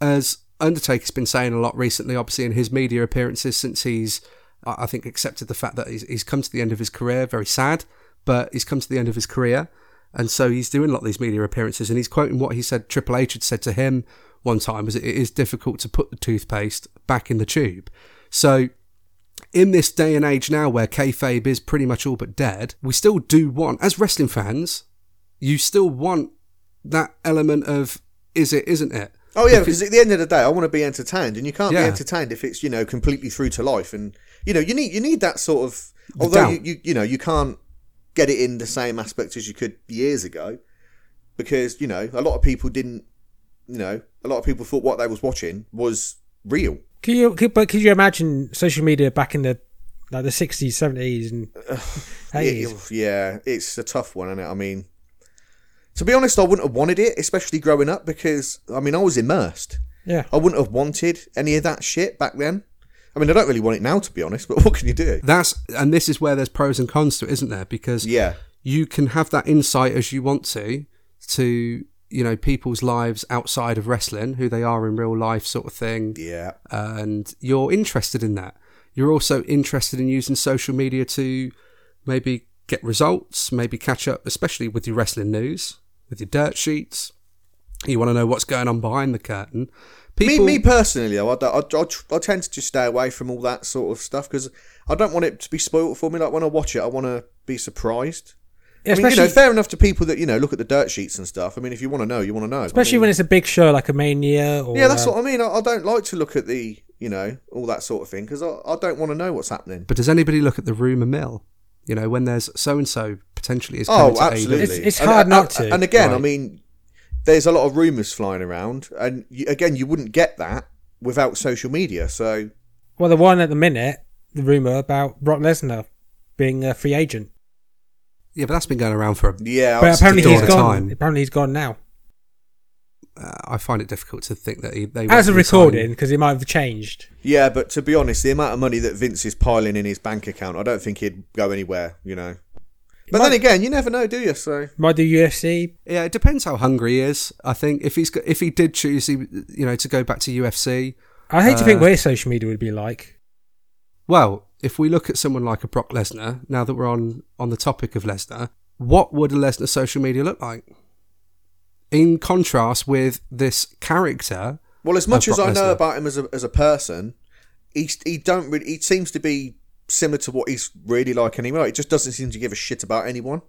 D: as Undertaker's been saying a lot recently. Obviously, in his media appearances since he's, I I think, accepted the fact that he's, he's come to the end of his career. Very sad, but he's come to the end of his career, and so he's doing a lot of these media appearances, and he's quoting what he said Triple H had said to him one time: "Was it is difficult to put the toothpaste back in the tube?" So in this day and age now where kayfabe is pretty much all but dead, we still do want, as wrestling fans, you still want that element of is it, isn't it?
F: Oh yeah, because at the end of the day, I want to be entertained, and you can't
D: Yeah.
F: be entertained if it's you know completely through to life, and you know you need you need that sort of. Although
D: doubt.
F: you, you you know you can't get it in the same aspect as you could years ago, because you know a lot of people didn't. You know, a lot of people thought what they was watching was real.
E: Can you, could, but could you imagine social media back in the like the sixties, seventies, and
F: It-
E: eighties?
F: yeah, it's a tough one, is I mean, to be honest, I wouldn't have wanted it, especially growing up, because I mean, I was immersed.
E: Yeah,
F: I wouldn't have wanted any of that shit back then. I mean, I don't really want it now, to be honest. But what can you do?
D: That's and this is where there's pros and cons to it, isn't there? Because
F: Yeah,
D: you can have that insight as you want to to you know people's lives outside of wrestling, who they are in real life, sort of thing.
F: yeah,
D: and you're interested in that. You're also interested in using social media to maybe get results, maybe catch up, especially with your wrestling news, with your dirt sheets. You want to know what's going on behind the curtain.
F: me,
D: People,
F: me personally, though, I, don't- I, I, tr- I tend to just stay away from all that sort of stuff because I don't want it to be spoilt for me. Like when I watch it, I want to be surprised.
E: Yeah,
F: I mean, you
E: especially
F: know, fair enough to people that you know look at the dirt sheets and stuff. I mean, if you want to know, you want to know.
E: especially when it's a big show like a Mania or
F: yeah, that's
E: uh,
F: what I mean. I, I don't like to look at the you know all that sort of thing because I, I don't want to know what's happening.
D: but does anybody look at the rumor mill? You know, when there's so and so potentially is coming
F: Oh,
D: to
F: absolutely.
D: AEW.
E: It's- it's hard
F: and,
E: not
F: and-
E: to.
F: And again, I
D: Right.
F: mean, there's a lot of rumours flying around, and you, again, you wouldn't get that without social media. So
E: well, the one at the minute, the rumor about Brock Lesnar being a free agent,
D: Yeah, but that's been going around for. A,
F: yeah, I
E: but
F: was
E: apparently
F: thinking-
E: he's
D: all the
E: gone.
D: time.
E: Apparently he's gone now.
D: uh, I find it difficult to think that he, they
E: As
D: won't
E: a
D: resign.
E: recording, because it might have changed.
F: Yeah, but to be honest, the amount of money that Vince is piling in his bank account, I don't think he'd go anywhere. You know. But then
E: might-
F: again, you never know, do you? So
E: Might do UFC.
D: Yeah, it depends how hungry he is. I think if he's go- if he did choose, he, you know, to go back to UFC,
E: I hate to
D: Uh,
E: think what his social media would be like.
D: Well, if we look at someone like a Brock Lesnar, now that we're on on the topic of Lesnar, what would a Lesnar social media look like? In contrast with this character,
F: Well, as much
D: Of
F: as I
D: Brock
F: know
D: Lesnar.
F: about him as a, as a person, he he don't really, he seems to be similar to what he's really like anyway. He just doesn't seem to give a shit about anyone.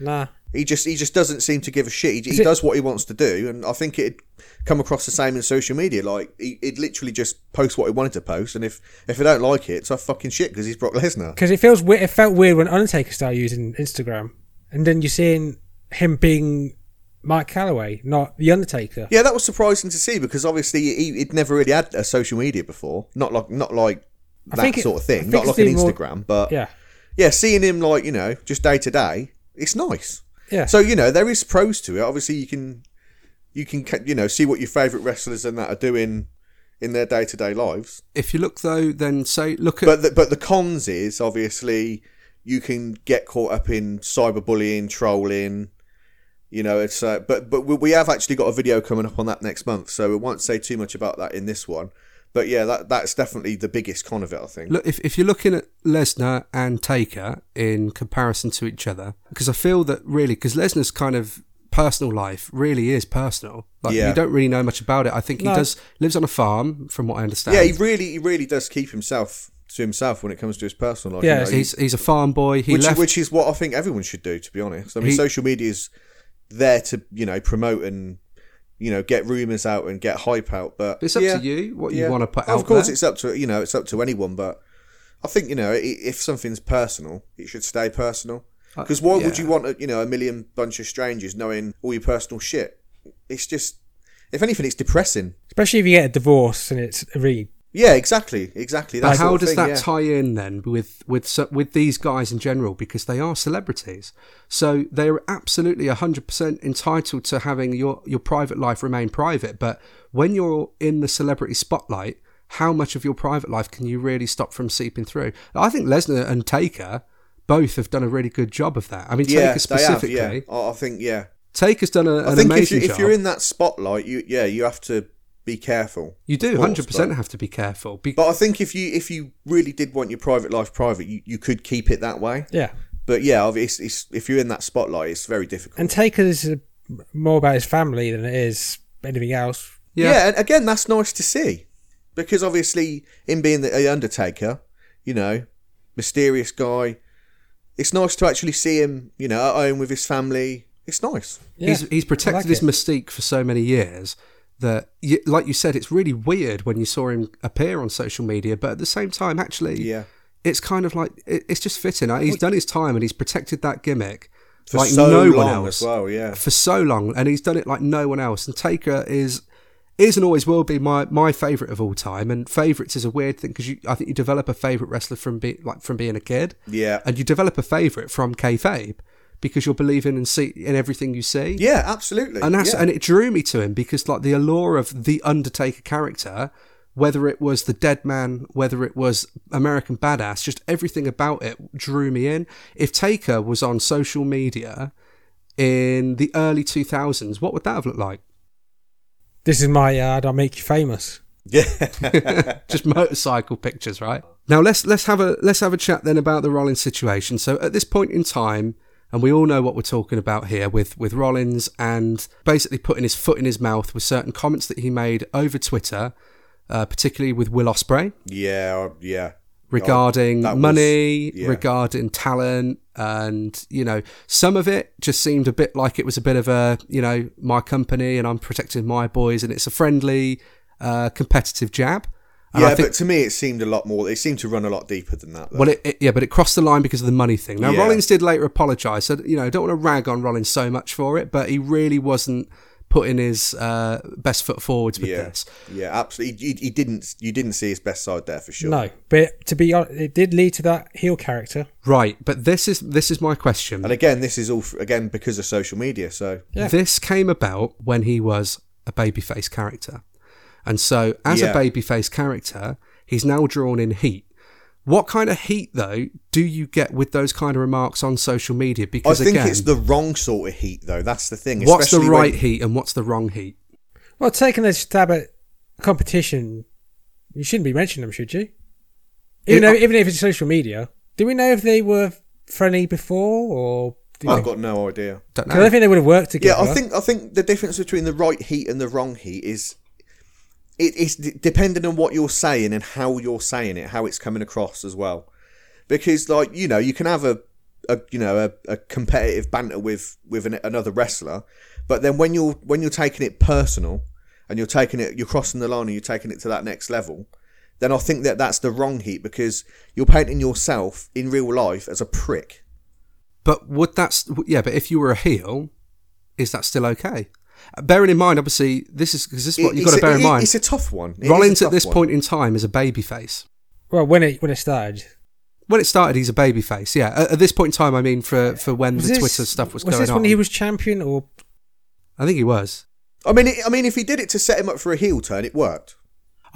E: Nah.
F: He just he just doesn't seem to give a shit. He,
E: Is
F: he
E: it-
F: does what he wants to do, and I think it'd come across the same in social media. Like he, he'd literally just post what he wanted to post, and if if I don't like it, it's a fucking shit because he's Brock Lesnar.
E: Because it feels weird. It felt weird when Undertaker started using Instagram, and then you're seeing him being Mike Calloway, not the Undertaker.
F: Yeah, that was surprising to see because obviously he, he'd never really had a social media before. Not like not like
E: I
F: that
E: think it-
F: sort of
E: I
F: thing.
E: think
F: Not
E: it's
F: like an
E: been more-
F: Instagram, but
E: Yeah,
F: yeah, seeing him like you know just day to day, it's nice.
E: yeah.
F: So you know there is pros to it. Obviously, you can you can ca- you know see what your favorite wrestlers and that are doing in their day to day lives.
D: if you look though, then say look at
F: But the, but the cons is obviously you can get caught up in cyberbullying, trolling. You know, it's uh, but but we- we have actually got a video coming up on that next month, so we won't say too much about that in this one. But yeah, that that's definitely the biggest con of it, I think.
D: look if, if you're looking at Lesnar and Taker in comparison to each other, because I feel that really because Lesnar's kind of personal life really is personal. Like
F: Yeah.
D: you don't really know much about it. I think
E: No.
D: he does lives on a farm, from what I understand.
F: yeah, he really he really does keep himself to himself when it comes to his personal life. you
E: Yeah,
F: know.
D: he's he's a farm boy. He
F: which,
D: left.
F: which is what I think everyone should do, to be honest. I mean,
D: He-
F: social media is there to you know promote and you know get rumors out and get hype out, but
D: it's up
F: yeah.
D: to you what
F: Yeah.
D: you want to put
F: Of
D: out.
F: course,
D: there.
F: it's up to you know it's up to anyone, but I think you know i if something's personal, it should stay personal. Because why would
D: Uh, yeah.
F: you want a, you know a million bunch of strangers knowing all your personal shit? It's just, if anything, it's depressing.
E: Especially if you get a divorce and it's a read.
F: Yeah, exactly, exactly. That
D: But
F: sort
D: how
F: of
D: does
F: thing,
D: that
F: yeah.
D: tie in then with with so- with these guys in general because they are celebrities, so they're absolutely hundred percent entitled to having your your private life remain private. But when you're in the celebrity spotlight, how much of your private life can you really stop from seeping through? I think Lesnar and Taker both have done a really good job of that. I mean,
F: yeah,
D: Taker
F: they have.
D: specifically,
F: Yeah, I I think yeah.
D: Taker's done a,
F: I
D: an
F: think if,
D: amazing
F: you, if
D: job.
F: you're in that spotlight, you yeah, you have to be careful.
D: you do
F: Of course,
D: 100%
F: but-
D: have to be careful. Be-
F: But I think if you if you really did want your private life private, you, you could keep it that way.
E: Yeah.
F: But yeah, obvi- it's, it's, if you're in that spotlight, it's very difficult.
E: And Taker is uh, more about his family than it is anything else.
F: yeah.
D: Yeah.
F: and again, that's nice to see because obviously, in being the the Undertaker, you know, mysterious guy, it's nice to actually see him, you know, at home with his family. It's nice.
E: Yeah.
D: he's he's protected
E: like
D: his
E: it.
D: mystique for so many years that, you, like you said, it's really weird when you saw him appear on social media. But at the same time, actually,
F: Yeah.
D: it's kind of like it, it's just fitting. He's done his time and he's protected that gimmick
F: For
D: like
F: so
D: no one
F: long
D: else
F: as well, yeah.
D: for so long, and he's done it like no one else. And Taker is is and always will be my my favorite of all time. And favorites is a weird thing because you I think you develop a favorite wrestler from be, like from being a kid,
F: Yeah.
D: and you develop a favorite from kayfabe because you're believing and see in everything you see.
F: Yeah, absolutely.
D: And that's
F: yeah.
D: and it drew me to him because like the allure of the Undertaker character, whether it was the Dead Man, whether it was American Badass, just everything about it drew me in. If Taker was on social media in the early two thousands, what would that have looked like?
E: This is my ad. I'll make you famous.
D: just motorcycle pictures, right? Now let's let's have a let's have a chat then about the Rollins situation. So at this point in time, and we all know what we're talking about here with with Rollins and basically putting his foot in his mouth with certain comments that he made over Twitter, uh, particularly with Will Osprey
F: yeah, I- yeah.
D: regarding
F: that was-
D: money,
F: yeah.
D: regarding talent, and you know, some of it just seemed a bit like it was a bit of a you know my company and I'm protecting my boys, and it's a friendly, uh, competitive jab. And
F: yeah,
D: I think
F: but to me, it seemed a lot more. It seemed to run a lot deeper than that. Though.
D: Well, it, it, yeah, but it crossed the line because of the money thing. Now,
F: Yeah.
D: Rollins did later apologise, so you know, I don't want to rag on Rollins so much for it, but he really wasn't putting his uh, best foot forwards with
F: yeah,
D: this.
F: yeah, absolutely. He, he- he didn't. You didn't see his best side there for sure.
E: No, but to be honest, it did lead to that heel character.
D: Right, but this is this is my question.
F: And again, this is all f again because of social media. So
E: Yeah.
D: This came about when he was a babyface character, and so as
F: Yeah.
D: a babyface character, he's now drawn in heat. What kind of heat, though, do you get with those kind of remarks on social media?
F: I
D: Because
F: think
D: again,
F: it's the wrong sort of heat, though. That's the thing.
D: what's the
F: especially when-
D: right heat and what's the wrong heat?
E: Well, taking a stab at competition, you shouldn't be mentioning them, should you? Even
D: It-
E: though, even if it's social media, do we know if they were friendly before or? Do you
F: I've
E: think-
F: got no idea.
D: Don't
E: 'Cause
D: know.
E: I don't think they would have worked
F: Yeah,
E: together.
F: I think I think the difference between the right heat and the wrong heat is it is d- depending on what you're saying and how you're saying it, how it's coming across as well. Because like you know, you can have a, a you know a, a competitive banter with with an, another wrestler, but then when you're when you're taking it personal and you're taking it, you're crossing the line and you're taking it to that next level. Then I think that that's the wrong heat because you're painting yourself in real life as a prick.
D: But would that, st- yeah, but if you were a heel, is that still okay? Uh, Bearing in mind, obviously, this is because this is what
F: It-
D: you've got
F: it's
D: to
F: a-
D: bear in
F: it-
D: mind.
F: It's a tough one. It is a
D: Rollins at
F: tough
D: this
F: one.
D: point in time is a babyface.
E: Well, when it when it started,
D: When it started, he's a babyface. Yeah, at, at this point in time, I mean, for, for when the
E: this-
D: Twitter stuff was,
E: was
D: going
E: this
D: on,
E: when he was champion or
D: I think he was.
F: I mean, it, I mean, if he did it to set him up for a heel turn, it worked.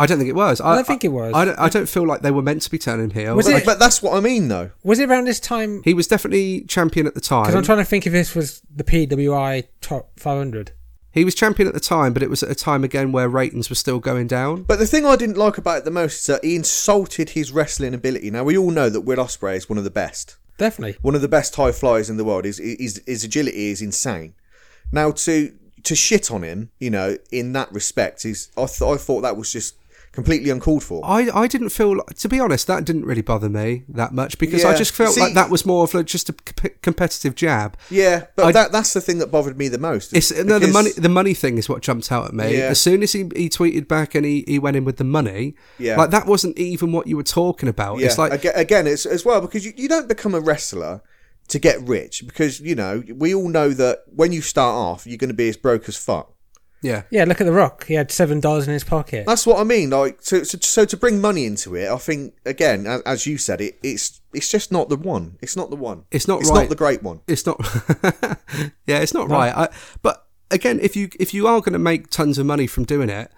D: I don't think it was.
E: I don't think it was.
D: I don't, I don't feel like they were meant to be turning heel.
E: Was
F: but,
E: it-
F: but that's what I mean, though.
E: was it around this time?
D: He was definitely champion at the
E: Because I'm
D: time.
E: trying to think if this was the PWI top 500.
D: he was champion at the time, but it was at a time again where ratings were still going down.
F: But the thing I didn't like about it the most is that he insulted his wrestling ability. Now we all know that Will Ospreay is one of the best,
E: Definitely.
F: one of the best high flyers in the world. His his, his agility is insane. Now to to shit on him, you know, in that respect, is I, th- I thought that was just completely uncalled for.
D: I, I didn't feel to be honest that didn't really bother me that much because I
F: Yeah.
D: just felt
F: See-
D: like that was more of like just a comp- competitive jab.
F: yeah, but
D: I-
F: that that's the thing that bothered me the most.
D: It's no the
F: because-
D: money the money thing is what jumped out at me.
F: Yeah.
D: As soon as he, he tweeted back and he, he went in with the money,
F: Yeah.
D: like that wasn't even what you were talking about.
F: Yeah,
D: It's like
F: aga- again, it's as well because you, you don't become a wrestler to get rich because you know we all know that when you start off, you're going to be as broke as fuck.
D: yeah.
E: Yeah, look at The Rock. He had $7 in his pocket.
F: That's what I mean. Like, so, so, so to bring money into it, I think again, as, as you said, it, it's it's just not the one. It's not the one.
D: It's not
F: It's
D: right.
F: not the great one.
D: It's not yeah, it's not right. I, but again, if you if you are going to make tons of money from doing it,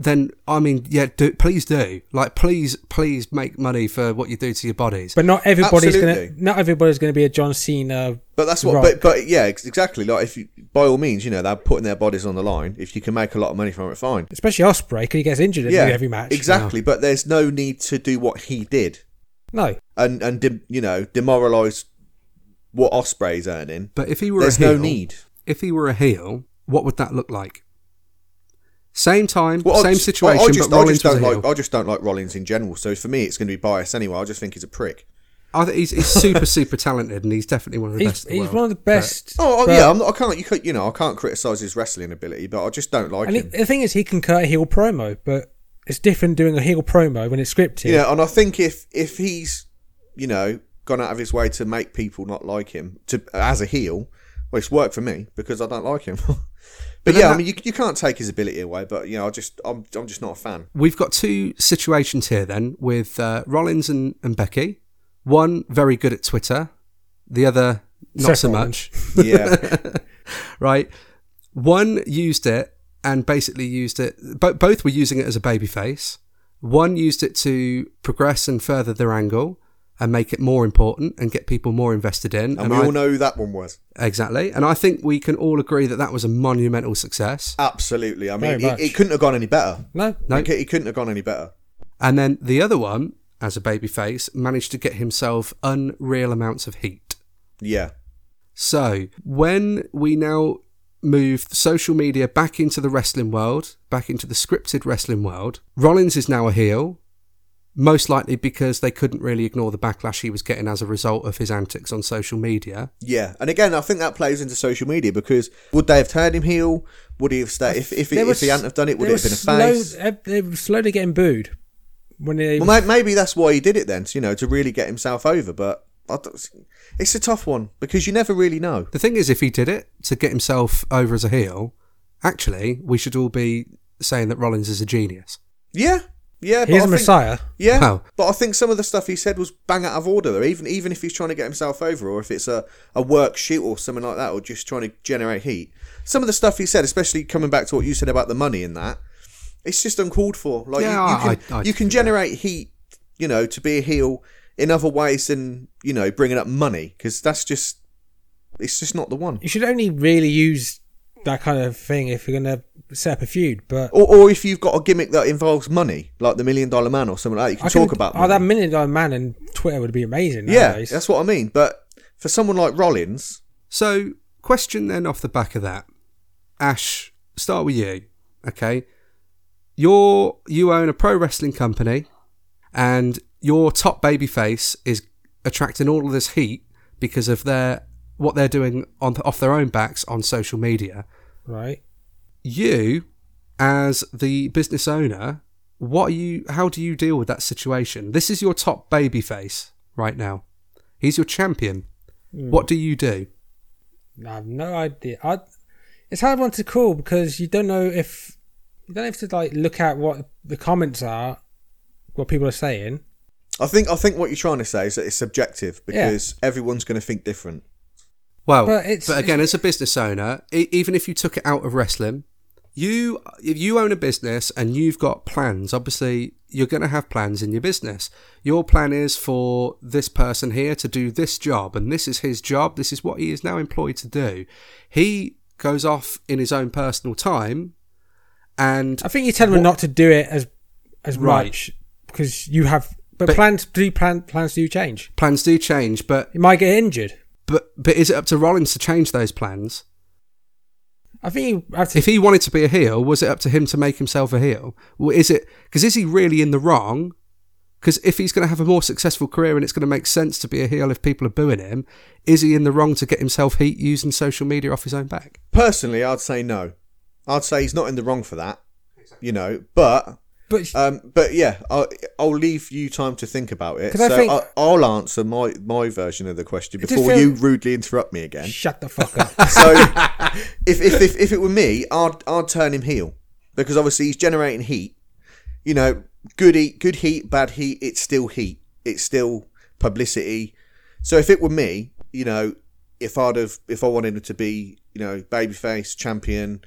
D: then I mean, yeah, do, please do. Like, please, please make money for what you do to your bodies.
E: But not everybody's going
F: Absolutely.
E: to not everybody's going to be a John Cena.
F: But that's what.
E: Rock.
F: But, but yeah, ex- exactly. Like if you, by all means, you know, they're putting their bodies on the line. If you can make a lot of money from it, fine.
E: especially Osprey, because he gets injured at
F: Yeah,
E: every match.
F: exactly. But there's no need to do what he did
E: No,
F: and and de- you know demoralise what Osprey's earning.
D: But if he were
F: There's
D: a heel,
F: no need.
D: If he were a heel, what would that look like? Same time,
F: Well, I
D: same
F: just-
D: situation,
F: I just,
D: but
F: I
D: Rollins
F: just
D: was a
F: don't
D: heel.
F: like. I just don't like Rollins in general. So for me, it's going to be biased anyway. I just think he's a prick.
D: I think he's, he's super, super talented, and he's definitely one of the
E: he's,
D: best. in the
E: he's
D: world.
E: one of the best.
F: Oh
E: but-
F: yeah, I'm not, I can't. You could, you know, I can't criticise his wrestling ability, but I just don't like
E: And he,
F: him.
E: the thing is, he can cut a heel promo, but it's different doing a heel promo when it's scripted.
F: you know, and I think if if he's you know gone out of his way to make people not like him to as a heel, well, it's worked for me because I don't like him. but, yeah, I mean, you, you can't take his ability away. But you know, I just I'm I'm just not a fan.
D: We've got two situations here then with uh, Rollins and, and Becky. One very good at Twitter, the other not
E: Seth
D: so
E: Rollins.
D: much.
F: Yeah,
D: right? One used it and basically used it. Bo- both were using it as a babyface. One used it to progress and further their angle and make it more important and get people more invested in.
F: and we
D: I-
F: all know who that one was.
D: exactly. And I think we can all agree that that was a monumental success.
F: Absolutely. I mean,
E: Very
F: it,
E: much.
F: it couldn't have gone any better.
E: no,
D: No.
F: It, cou- it couldn't have gone any better.
D: And then the other one, as a babyface, managed to get himself unreal amounts of heat.
F: Yeah.
D: So, when we now move social media back into the wrestling world, back into the scripted wrestling world, Rollins is now a heel, most likely because they couldn't really ignore the backlash he was getting as a result of his antics on social media.
F: Yeah, and again, I think that plays into social media because would they have turned him heel? Would he have stayed? If if, he,
E: They were
F: if he hadn't have done it, would
E: they
F: it have been a
E: were
F: face?
E: slow- eh, they were slowly getting booed when they.
F: Well, may- maybe that's why he did it then, you know, to really get himself over. But I don't- it's a tough one because you never really know.
D: The thing is, if he did it to get himself over as a heel, actually, we should all be saying that Rollins is a genius.
F: Yeah, yeah. but
E: He's
F: I
E: a
F: think-
E: messiah.
F: Yeah,
D: Wow.
F: but I think some of the stuff he said was bang out of order. Though, even even if he's trying to get himself over, or if it's a a work shoot or something like that, or just trying to generate heat. Some of the stuff he said, especially coming back to what you said about the money in that, it's just uncalled for. Like you-
D: Yeah,
F: you,
D: I-
F: can
D: I- I-
F: you can generate heat, you know, to be a heel in other ways than you know bringing up money because that's just it's just not the one.
E: You should only really use that kind of thing if you're going to set up a feud. But
F: Or, or if you've got a gimmick that involves money, like the Million Dollar Man or something like that, you can
E: I
F: talk
E: can-
F: about.
E: oh,
F: Money.
E: that minute on man and Twitter would be amazing.
F: yeah,
E: nowadays.
F: that's what I mean. But for someone like Rollins,
D: So, question then off the back of that, Ash, start with you. Okay, you're you own a pro wrestling company, and your top babyface is attracting all of this heat because of their what they're doing on off their own backs on social media.
E: right.
D: You, as the business owner, what are you? How do you deal with that situation? This is your top babyface right now. He's your champion. What do you do?
E: I have no idea. I, it's a hard one to call because you don't know if you don't have to like look at what the comments are, what people are saying.
F: I think I think what you're trying to say is that it's subjective because everyone's going to think different.
D: Well, but,
E: But it's-
D: again, as a business owner, e- even if you took it out of wrestling, you if you own a business and you've got plans, obviously you're going to have plans in your business. Your plan is for this person here to do this job, and this is his job. This is what he is now employed to do. He goes off in his own personal time, and
E: I think you tell them not to do it as as
D: Right.
E: much because you have. But,
D: But-
E: plans do plan plans do change.
D: plans do change. But
E: You might get injured.
D: but but is it up to Rollins to change those plans?
E: I think you have to.
D: if he wanted to be a heel, was it up to him to make himself a heel? Well, is it because is he really in the wrong? Because if he's going to have a more successful career and it's going to make sense to be a heel if people are booing him, is he in the wrong to get himself heat using social media off his own back?
F: Personally, I'd say no. I'd say he's not in the wrong for that. You know, but
E: but
D: Uh,
F: um, but yeah, I'll, I'll leave you time to think about it.
E: 'Cause I
F: So I
E: think-
F: I'll answer my my version of the question
E: did
F: before
E: feel-
F: you rudely interrupt me again.
E: shut the fuck up.
F: So if, if, if, if it were me, I'd, I'd turn him heel because obviously he's generating heat. You know, good heat, good heat, bad heat. It's still heat. It's still publicity. So if it were me, you know, if I'd have, if I wanted him to be, you know, babyface champion,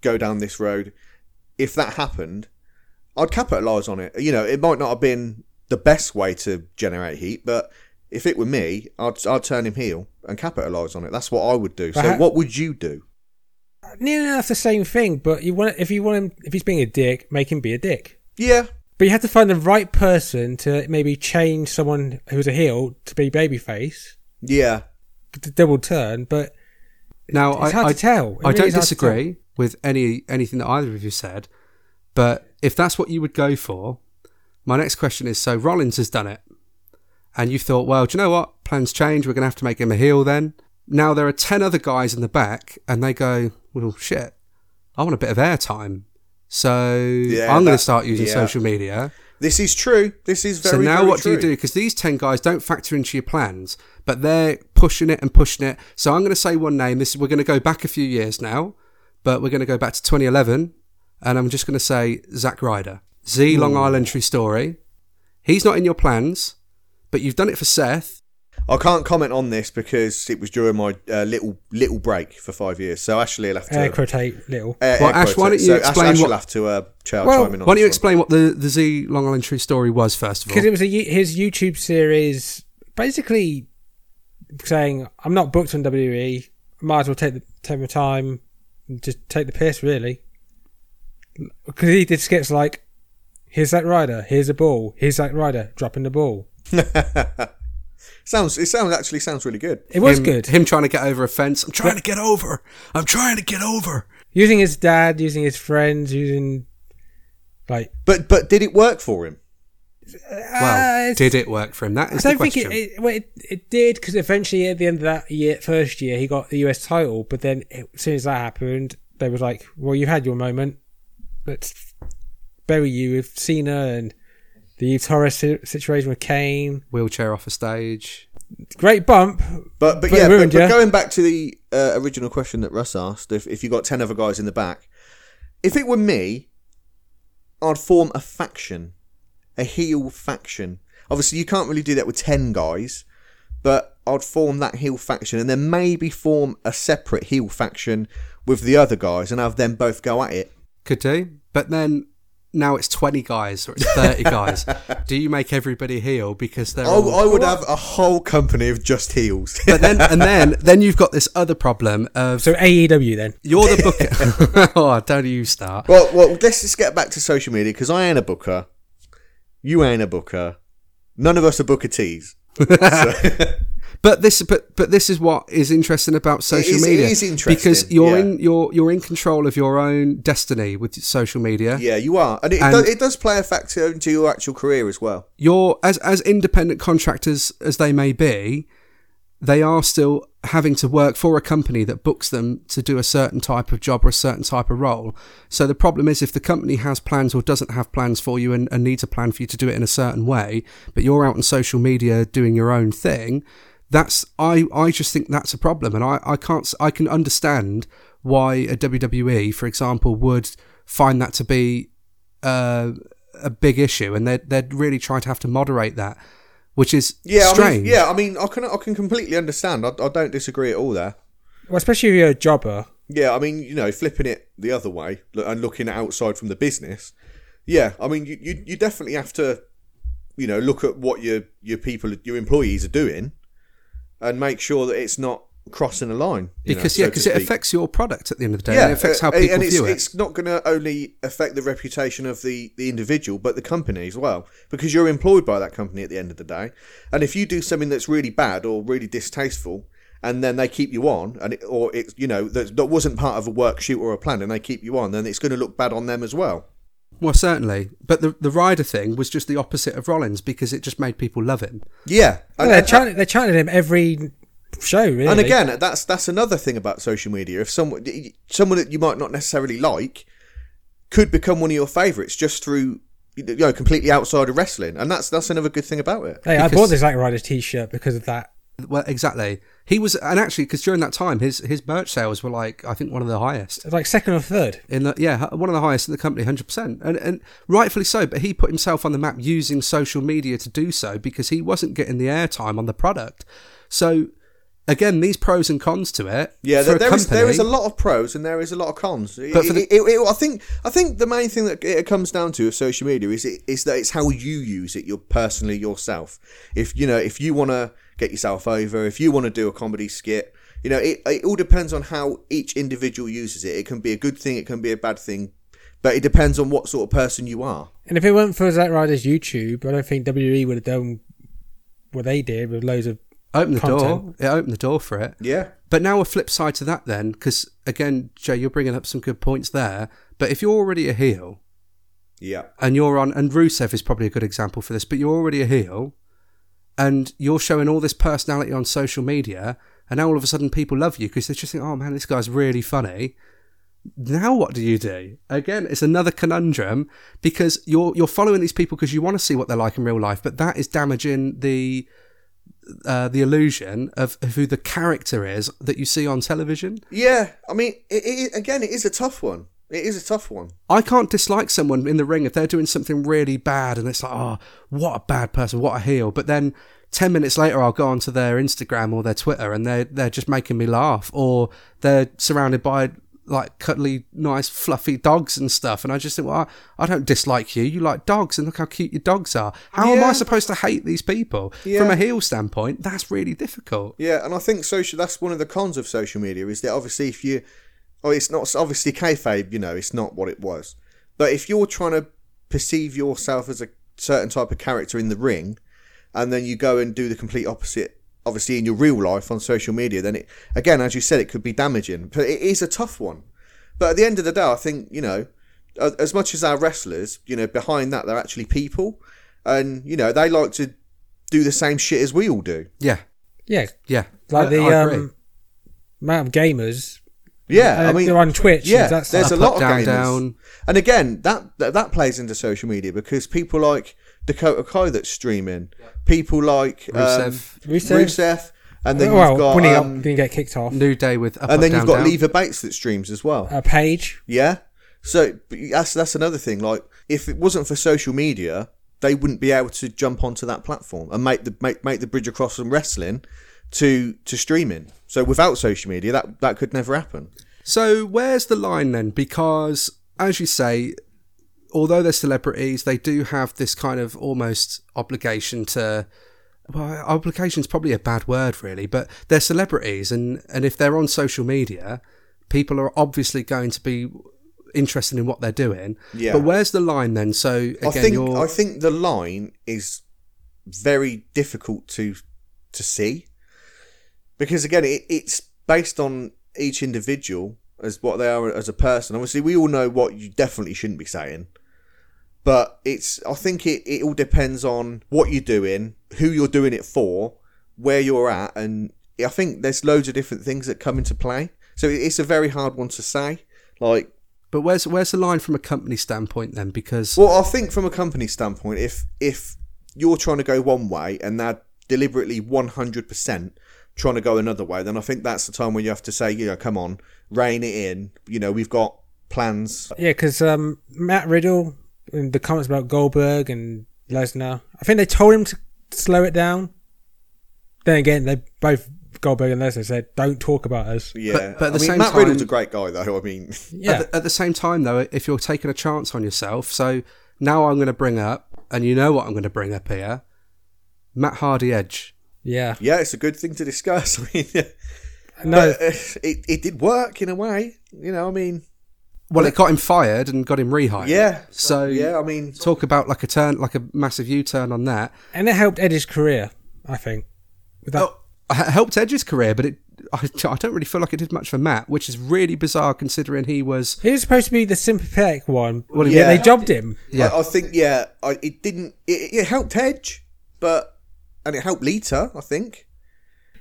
F: go down this road, if that happened, I'd capitalise on it. You know, it might not have been the best way to generate heat, but if it were me, I'd, I'd turn him heel and capitalise on it. That's what I would do.
E: But
F: so,
E: how-
F: what would you do?
E: Nearly enough the same thing, but you want if you want him if he's being a dick, make him be a dick.
F: Yeah,
E: But you have to find the right person to maybe change someone who's a heel to be babyface,
F: yeah.
E: d- double turn. But
D: Now
E: It's
D: I,
E: hard
D: I,
E: to tell. It
D: I don't
E: really is hard to tell.
D: disagree with any anything that either of you said, but if that's what you would go for, my next question is: So Rollins has done it, and you thought, well, do you know what? Plans change. We're going to have to make him a heel. Then now there are ten other guys in the back, and they go, well, shit, I want a bit of airtime, so
F: Yeah,
D: I'm going
F: that-
D: to start using
F: yeah.
D: social media.
F: This is true. This is very.
D: So now
F: very
D: what do you
F: true.
D: do? Because these 10 guys don't factor into your plans, but they're pushing it and pushing it. So I'm going to say one name. This We're going to go back a few years now, but we're going to go back to 2011. And I'm just going to say Zack Ryder. Z Long Island True Story. He's not in your plans, but you've done it for Seth.
F: I can't comment on this because it was during my uh, little little break for five years. So Ashley will have to. uh,
E: air quotate little.
F: air-
D: Well,
F: air
D: Ash, why
F: quote it.
D: don't you
F: so
D: explain
F: Ash, Ash
D: what-
F: will have to uh, child
E: Well,
F: chime in on
D: Why don't you
F: this one.
D: explain what the, the Z Long Island True Story was, first of all?
E: because it was a, y- his YouTube series basically saying I'm not booked on WWE. Might as well take the take my time, and just take the piss really. Because he did skits like, "Here's that rider, here's a ball, here's that rider dropping the ball."
F: Sounds it sounds actually sounds really good.
E: It was
D: him,
E: good
D: Him trying to get over a fence. I'm trying to get over. I'm trying to get over.
E: using his dad, using his friends, using like
F: But but did it work for him?
D: Well,
E: it's-
D: did it work for him? That is
E: I
D: the
E: don't think
D: question.
E: it, it, well, it, it did because eventually at the end of that year, first year, he got the US title. But then it- as soon as that happened, they was like, "Well, you've had your moment. Let's bury you with Cena and the Torres si- situation with Kane.
D: Wheelchair off a stage.
E: Great bump,
F: But but,
E: But it
F: yeah, but-
E: ruined
F: but,
E: ya.
F: going back to the uh, original question that Russ asked, if if you got ten other guys in the back, if it were me, I'd form a faction, a heel faction. Obviously, you can't really do that with ten guys, but I'd form that heel faction, and then maybe form a separate heel faction with the other guys, and have them both go at it.
D: Could do. But then now it's 20 guys or it's 30 guys. Do you make everybody heal because they're
F: I,
D: all...
F: I would have a whole company of just heels.
D: But then and then then you've got this other problem of
E: so AEW E then.
D: you're the booker. oh, don't you start.
F: Well, well, let's just get back to social media because I ain't a booker. You ain't a booker. None of us are Booker T's.
D: But this, but but this is what is interesting about social
F: is- it
D: media.
F: is interesting,
D: because you're
F: yeah.
D: in you're you're in control of your own destiny with social media.
F: Yeah, you are, and it,
D: And-
F: does, it does play a factor into your actual career as well.
D: you're as as independent contractors as they may be, they are still having to work for a company that books them to do a certain type of job or a certain type of role. So the problem is if the company has plans or doesn't have plans for you and, and needs a plan for you to do it in a certain way, but you're out on social media doing your own thing, that's I, I just think that's a problem and I, I can't s- I can understand why a WWE, for example, would find that to be uh, a big issue and they'd, they'd really try to have to moderate that, which is
F: Yeah, I
D: strange.
F: mean, yeah, I mean, I can, I can completely understand. I, I don't disagree at all there.
E: Well, especially if you're a jobber.
F: Yeah, I mean, you know, flipping it the other way lo- and looking outside from the business. Yeah, I mean, you, you, you definitely have to, you know, look at what your your people, your employees are doing, and make sure that it's not crossing a line. you know,
D: because
F: so
D: yeah,
F: to
D: because it
F: speak.
D: affects your product at the end of the day. and it affects how
F: uh, and
D: people
F: it's,
D: view it.
F: It's not going to only affect the reputation of the, the individual, but the company as well, because you're employed by that company at the end of the day. And if you do something that's really bad or really distasteful, and then they keep you on, and it, or it's you know that, that wasn't part of a work shoot or a plan, and they keep you on, then it's going to look bad on them as well.
D: Well, certainly, but the the rider thing was just the opposite of Rollins because it just made people love him.
F: Yeah,
E: Well, they're chanting, they're chanting him every show. Really.
F: And again, that's that's another thing about social media. If someone someone that you might not necessarily like could become one of your favourites just through you know completely outside of wrestling, and that's that's another good thing about it.
E: hey, I
D: because-
E: bought this Zack Ryder T-shirt because of that.
D: Well, exactly. He was, and actually, because during that time, his his merch sales were like I think one of the highest
E: It's like second or third.
D: in the yeah h- one of the highest in the company, hundred percent, and and rightfully so. But he put himself on the map using social media to do so because he wasn't getting the airtime on the product. So again, these pros and cons to it.
F: Yeah, there,
D: for a
F: there is there
D: company-
F: is a lot of pros and there is a lot of cons.
D: But for the-
F: It- it- it- I think I think the main thing that it comes down to with social media is it, is that it's how you use it. You're personally yourself. If you know if you want to get yourself over, if you want to do a comedy skit, you know it, it all depends on how each individual uses it. It can be a good thing, it can be a bad thing, but it depends on what sort of person you are.
E: And if it weren't for Zack Ryder's YouTube, I don't think WWE would have done what they did with loads of.
D: Open the door.
E: content.
D: It opened the door for it.
F: Yeah,
D: But now a flip side to that, then, because again, Jay, you're bringing up some good points there. But if you're already a heel
F: yeah,
D: and you're on, and Rusev is probably a good example for this, but you're already a heel and you're showing all this personality on social media, and now all of a sudden people love you because they just think, oh man, this guy's really funny. Now what do you do? Again, it's another conundrum because you're you're following these people because you want to see what they're like in real life, but that is damaging the uh, the illusion of, of who the character is that you see on television.
F: yeah. I mean, it, it, again, it is a tough one. It is a tough one.
D: I can't dislike someone in the ring if they're doing something really bad and it's like, oh, what a bad person, what a heel. But then 10 minutes later, I'll go onto their Instagram or their Twitter and they're, they're just making me laugh or they're surrounded by like cuddly, nice, fluffy dogs and stuff. And I just think, well, I, I don't dislike you. You like dogs and look how cute your dogs are. How am I
F: Yeah.
D: supposed to hate these people? From a heel standpoint, that's really difficult.
F: Yeah, and I think social. That's one of the cons of social media is that obviously if you, oh, it's not obviously kayfabe. You know, it's not what it was. But if you're trying to perceive yourself as a certain type of character in the ring, and then you go and do the complete opposite, obviously in your real life on social media, then it again, as you said, it could be damaging. But it is a tough one. But at the end of the day, I think you know, a- as much as our wrestlers, you know, behind that they're actually people, and you know they like to do the same shit as we all do.
D: Yeah.
E: Yeah,
D: Yeah.
E: like
D: I-
E: the
D: I agree.
E: um, amount of gamers.
F: Yeah,
E: uh,
F: I mean
E: they're on Twitch.
F: Yeah,
E: that's
F: there's a
D: Up,
F: lot of
D: down,
F: gamers.
D: down.
F: And again, that, that that plays into social media because people like Dakota Kai that's streaming, people like um,
D: Rusev.
E: Rusev.
F: Rusev, and then
E: well,
F: you've got
E: when he
F: um,
E: oh, up, didn't get kicked off.
D: New day with up,
F: and then
D: up,
F: you've
D: down, Uh,
F: got
D: down.
F: Lever Bates that streams as well.
E: A page.
F: yeah, so but that's that's another thing. Like if it wasn't for social media, they wouldn't be able to jump onto that platform and make the make, make the bridge across from wrestling to to streaming. So without social media, that that could never happen.
D: So where's the line then? Because as you say, although they're celebrities, they do have this kind of almost obligation to. Well, obligation's probably a bad word, really, but they're celebrities, and and if they're on social media, people are obviously going to be interested in what they're doing.
F: Yeah.
D: But where's the line then? So again,
F: I think
D: you're
F: I think the line is very difficult to to see because again it, it's based on each individual as what they are as a person. Obviously, we all know what you definitely shouldn't be saying, but it's I think it, it all depends on what you're doing, who you're doing it for, where you're at, and I think there's loads of different things that come into play. So it- it's a very hard one to say. Like
D: but where's where's the line from a company standpoint then? Because
F: well, I think from a company standpoint, if if you're trying to go one way and they're deliberately 100% trying to go another way, then I think that's the time when you have to say, you know, come on, rein it in. You know, we've got plans.
E: Yeah, because um, Matt Riddle and the comments about Goldberg and Lesnar. I think they told him to slow it down. Then again, they both Goldberg and Lesnar said, "Don't talk about us."
F: Yeah,
D: But- but at
F: I
D: the
F: mean,
D: same
F: Matt Riddle's
D: time-
F: a great guy, though. I mean,
E: Yeah,
D: At, the, at the same time, though, if you're taking a chance on yourself, so now I'm going to bring up, and you know what I'm going to bring up here, Matt Hardy Edge.
E: yeah.
F: yeah, it's a good thing to discuss. I mean, yeah.
E: No,
F: but, uh, it it did work in a way. You know, I mean,
D: Well, it got him fired and got him rehired.
F: yeah.
D: So
F: yeah, I mean,
D: talk about like a turn, like a massive U-turn on that.
E: and it helped Edge's career. I think. With that,
F: Oh.
D: It helped Edge's career, but it. I, I don't really feel like it did much for Matt, which is really bizarre considering he was.
E: he was supposed to be the sympathetic one.
D: Well, he-
E: yeah,
F: Yeah.
E: they jobbed him.
D: Yeah.
F: I, I think yeah, I, it didn't. It, it helped Edge, but and it helped Lita, I think.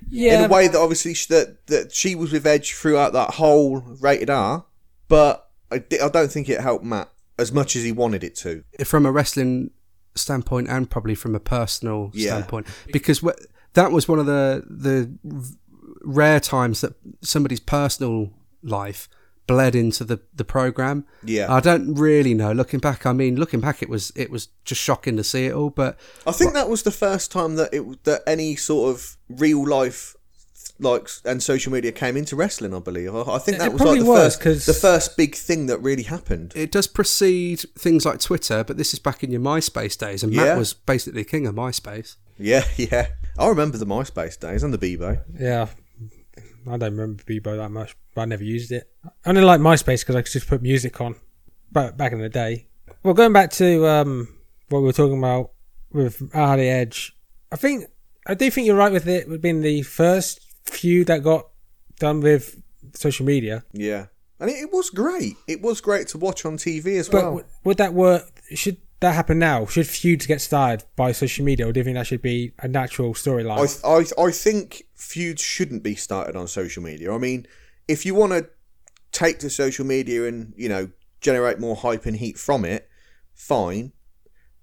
E: Yeah,
F: in a way that obviously sh that that she was with Edge throughout that whole rated R, but I, di- I don't think it helped Matt as much as he wanted it to.
D: from a wrestling standpoint and probably from a personal
F: Yeah.
D: standpoint because wh- that was one of the the v- rare times that somebody's personal life bled into the the program
F: Yeah.
D: i don't really know looking back i mean looking back it was it was just shocking to see it all but
F: I think that was the first time that it that any sort of real life like and social media came into wrestling. I believe. I, I think that
E: It
F: was like
E: probably
F: the
E: was,
F: first
E: 'cause-
F: the first big thing that really happened.
D: It does precede things like Twitter, but this is back in your MySpace days, and
F: Yeah.
D: Matt was basically king of MySpace.
F: Yeah, yeah. I remember the MySpace days and the Bebo.
E: Yeah, I don't remember Bebo that much. But I never used it. I only like MySpace because I could just put music on. But back in the day, well, going back to um, what we were talking about with Ali Edge, I think I do think you're right with it with being the first few that got done with social media.
F: Yeah, and it, it was great. It was great to watch on TV as
E: But
F: well.
E: w- would that work? Should that happen now? Should feuds get started by social media, or do you think that should be a natural storyline?
F: I, th- I, th- I think feuds shouldn't be started on social media. I mean, if you want to take to social media and, you know, generate more hype and heat from it, fine.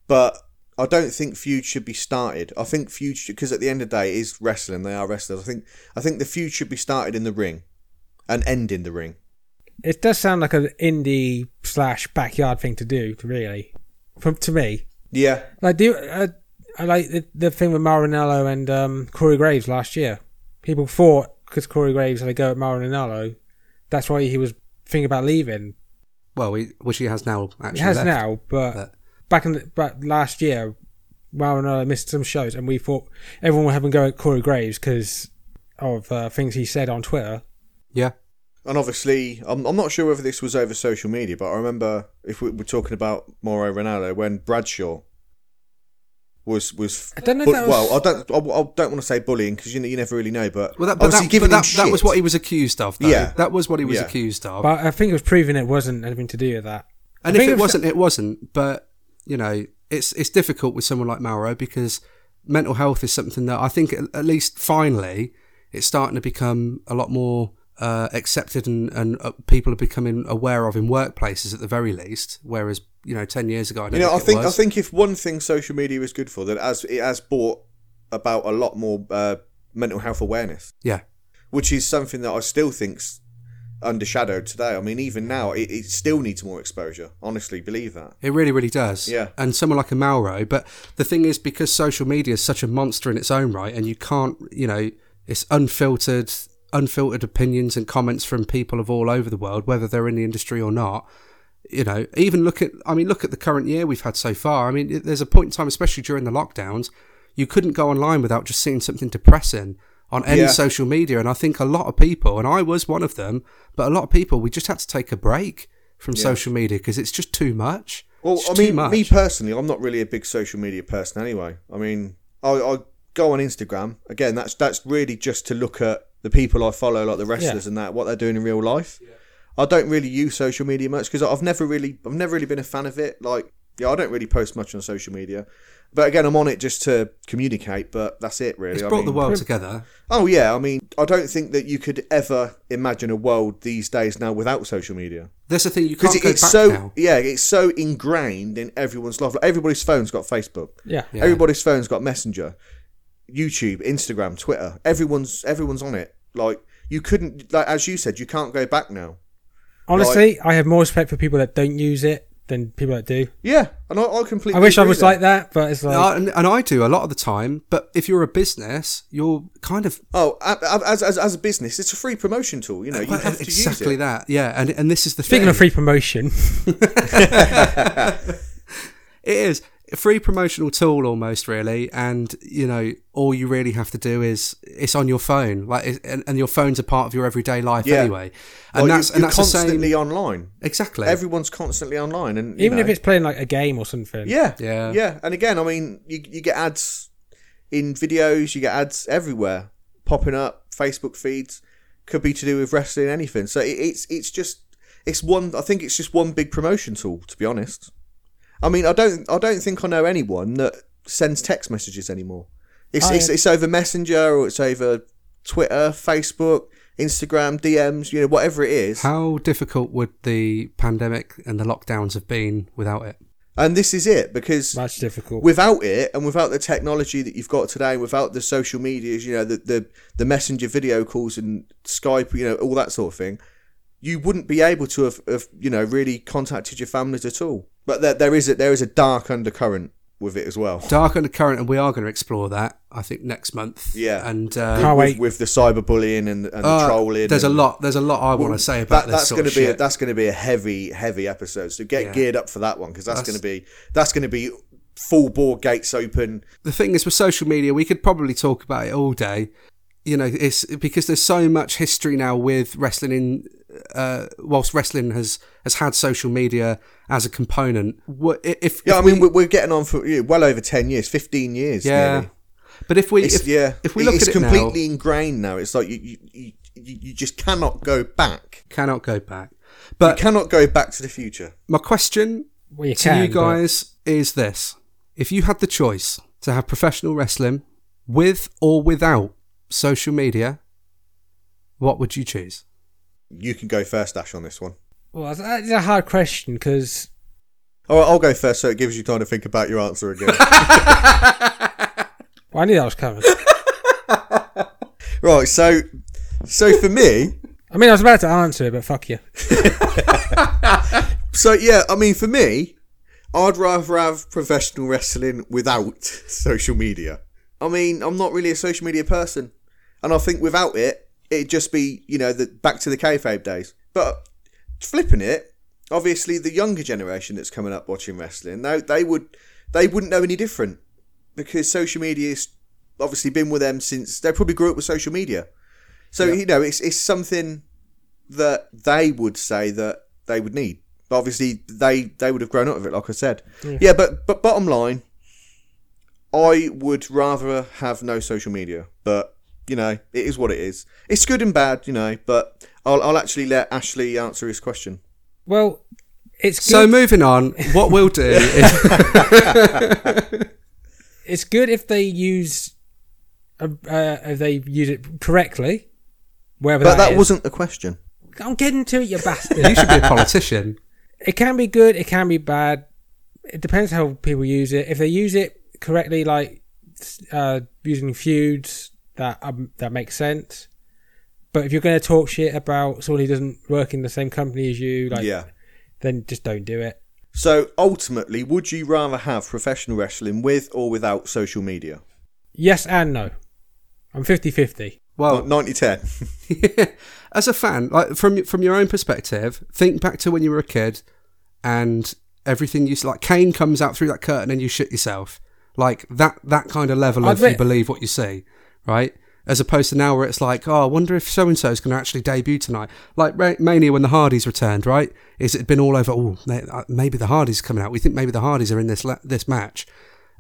F: But I don't think feuds should be started. I think feuds because at the end of the day it is wrestling, they are wrestlers. I think I think the feud should be started in the ring and end in the ring.
E: It does sound like an indie slash backyard thing to do, really, from to me.
F: Yeah.
E: Like, do uh, I like the, the thing with Marinello and um, Corey Graves last year? People thought because Corey Graves had a go at Marinello, that's why he was thinking about leaving.
D: Well, we, which he has now actually.
E: He has
D: left.
E: now, but
D: But-
E: back in the, but last year, Marinello missed some shows, and we thought everyone would have a go at Corey Graves because of uh, things he said on Twitter.
D: Yeah.
F: And obviously, I'm, I'm not sure whether this was over social media, but I remember if we were talking about Mauro Ronaldo when Bradshaw was was.
E: I don't know if
F: bu-
E: that was-
F: well, I don't. I, I don't want to say bullying because you know you never really know. But
D: Well, that, but,
F: obviously Oh,
D: that,
F: giving
D: but
F: him
D: that, that
F: shit.
D: was what he was accused of. Though.
F: Yeah.
D: That was what he was
F: Yeah.
D: accused of.
E: But I think it was proving it wasn't anything to do with that.
D: and if
E: I think
D: it
E: if-
D: wasn't, it wasn't. But you know, it's it's difficult with someone like Mauro because mental health is something that I think at, at least finally it's starting to become a lot more uh, accepted and and uh, people are becoming aware of in workplaces at the very least. Whereas you know, ten years ago, I don't
F: You know, I
D: it
F: think I
D: was.
F: think if one thing social media is good for, that as it has brought about a lot more uh, mental health awareness.
D: yeah,
F: which is something that I still think's undershadowed today. I mean, even now, it, it still needs more exposure. Honestly, believe that.
D: It really, really does.
F: Yeah.
D: And someone like a Mauro, but the thing is, because social media is such a monster in its own right, and you can't, you know, it's unfiltered, unfiltered opinions and comments from people of all over the world, whether they're in the industry or not. You know, even look at, I mean, look at the current year we've had so far. I mean, it- there's a point in time, especially during the lockdowns, you couldn't go online without just seeing something depressing on any
F: Yeah.
D: social media. And I think a lot of people, and I was one of them, but a lot of people, we just had to take a break from social media because it's just too much.
F: Well,
D: It's
F: I
D: too
F: mean,
D: much.
F: me personally, I'm not really a big social media person anyway. I mean, I, I go on Instagram again. That's that's really just to look at the people I follow, like the wrestlers
E: Yeah.
F: and that, what they're doing in real life. I don't really use social media much because I've never really, I've never really been a fan of it. Like, yeah, I don't really post much on social media. But again, I'm on it just to communicate. But that's it, really.
D: it's
F: I
D: brought the
F: mean-
D: world together.
F: Oh yeah, I mean, I don't think that you could ever imagine a world these days now without social media
D: That's the thing you
F: because
D: can't
F: it,
D: go
F: it's
D: back
F: so
D: now.
F: yeah, it's so ingrained in everyone's life. Like everybody's phone's got Facebook.
E: Yeah.
D: Yeah.
F: Everybody's phone's got Messenger, YouTube, Instagram, Twitter. Everyone's everyone's on it. Like you couldn't, like as you said, you can't go back now.
E: Honestly, I have more respect for people that don't use it than people that do.
F: Yeah, and I, I completely.
E: I wish I
F: agree
E: was
F: there.
E: like that, but it's like
D: Uh, and, and I do a lot of the time, but if you're a business, you're kind of
F: Oh, a- a- as, as as a business, it's a free promotion tool. You know, you
D: well,
F: have to
D: exactly
F: use it.
D: that. Yeah, and and this is the
E: speaking
D: thing.
E: of free promotion,
D: it is a free promotional tool almost really, and you know all you really have to do is it's on your phone, like it- and, and your phone's a part of your everyday life
F: Yeah.
D: anyway, and
F: Like,
D: that's
F: you,
D: and
F: you're
D: that's the
F: constantly
D: same.
F: online.
D: Exactly.
F: Everyone's constantly online, and you
E: even if
F: know.
E: it's playing like a game or something,
F: Yeah.
D: Yeah.
F: Yeah. And again, I mean, you, you get ads in videos, you get ads everywhere popping up, Facebook feeds, could be to do with wrestling, anything. So it, it's it's just it's one. I think it's just one big promotion tool, to be honest. I mean, I don't I don't think I know anyone that sends text messages anymore.
D: Oh,
F: It's
E: I-
F: it's, it's over Messenger or it's over Twitter, Facebook, Instagram, DMs, you know, whatever it is.
D: How difficult would the pandemic and the lockdowns have been without it?
F: And this is it because
E: that's difficult.
F: without it and without the technology that you've got today without the social medias you know the, the the messenger video calls and skype you know all that sort of thing you wouldn't be able to have, have you know really contacted your families at all but there, there is a there is a dark undercurrent with it as well.
D: Dark Undercurrent, and we are going to explore that, I think, next month.
F: Yeah.
D: And uh,
E: Can't wait.
F: With, with the cyberbullying and, and the
D: uh,
F: trolling.
D: There's a
F: and-
D: lot. There's a lot I want to say about
F: that,
D: this
F: that's
D: sort
F: going
D: of
F: to be a,
D: shit.
F: that's going to be a heavy heavy episode. So get
D: Yeah.
F: geared up for that one because that's,
D: That's-
F: going to be that's going to be full bore gates open.
D: the thing is, with social media, we could probably talk about it all day. You know, it's because there's so much history now with wrestling in. Uh, whilst wrestling has has had social media as a component, what if, if
F: Yeah, I
D: we-
F: mean we, we're getting on for yeah, well over ten years, fifteen years.
D: yeah,
F: nearly.
D: but if we
F: It's,
D: if,
F: yeah.
D: if we look
F: it's
D: at it now,
F: completely ingrained now. It's like you you, you you you just cannot go back.
D: cannot go back. But
F: Cannot go back to the future.
D: my question
E: Well, you
D: to
E: can.
D: you
E: but-
D: guys is this if you had the choice to have professional wrestling with or without social media what would you choose
F: You can go first, Ash, on this one.
E: well, that's a hard question because
F: All right, I'll go first, so it gives you time to think about your answer again.
E: well, I knew that was coming.
F: right, so so for me,
E: I mean, I was about to answer it, but fuck you.
F: So yeah, I mean, for me, I'd rather have professional wrestling without social media. I mean, I'm not really a social media person, and I think without it, it'd just be you know the back to the kayfabe days. But flipping it, obviously, the younger generation that's coming up watching wrestling, they they would they wouldn't know any different because social media's obviously been with them since they probably grew up with social media. So you know, it's it's something that they would say that they would need. But obviously, they they would have grown up with it, like I said. Yeah, but but bottom line, I would rather have no social media. But you know, it is what it is. It's good and bad, you know. But I'll I'll actually let Ashley answer his question.
E: Well, it's good.
D: so moving on what we'll do is
E: it's good if they use uh, uh, if they use it correctly. Wherever
F: But that
E: is.
F: wasn't the question.
E: I'm getting to it, you
D: you
E: bastard.
D: should be a politician
E: it can be good. It can be bad. It depends how people use it. If they use it correctly, like uh, using feuds, that um, that makes sense. But if you're going to talk shit about someone who doesn't work in the same company as you, like,
F: Yeah.
E: then just don't do it.
F: So ultimately, would you rather have professional wrestling with or without social media?
E: Yes and no. I'm 50-50.
F: Oh,
D: well
F: 90-10.
D: as a fan like from from your own perspective think back to when you were a kid and everything you s- like kane comes out through that curtain and you shit yourself like that that kind of level of
E: I'd
D: you
E: re-
D: believe what you see right as opposed to now where it's like oh i wonder if so and so is going to actually debut tonight like Ra- mania when the hardys returned right is it been all over oh they- uh, maybe the hardys are coming out we think maybe the hardys are in this la- this match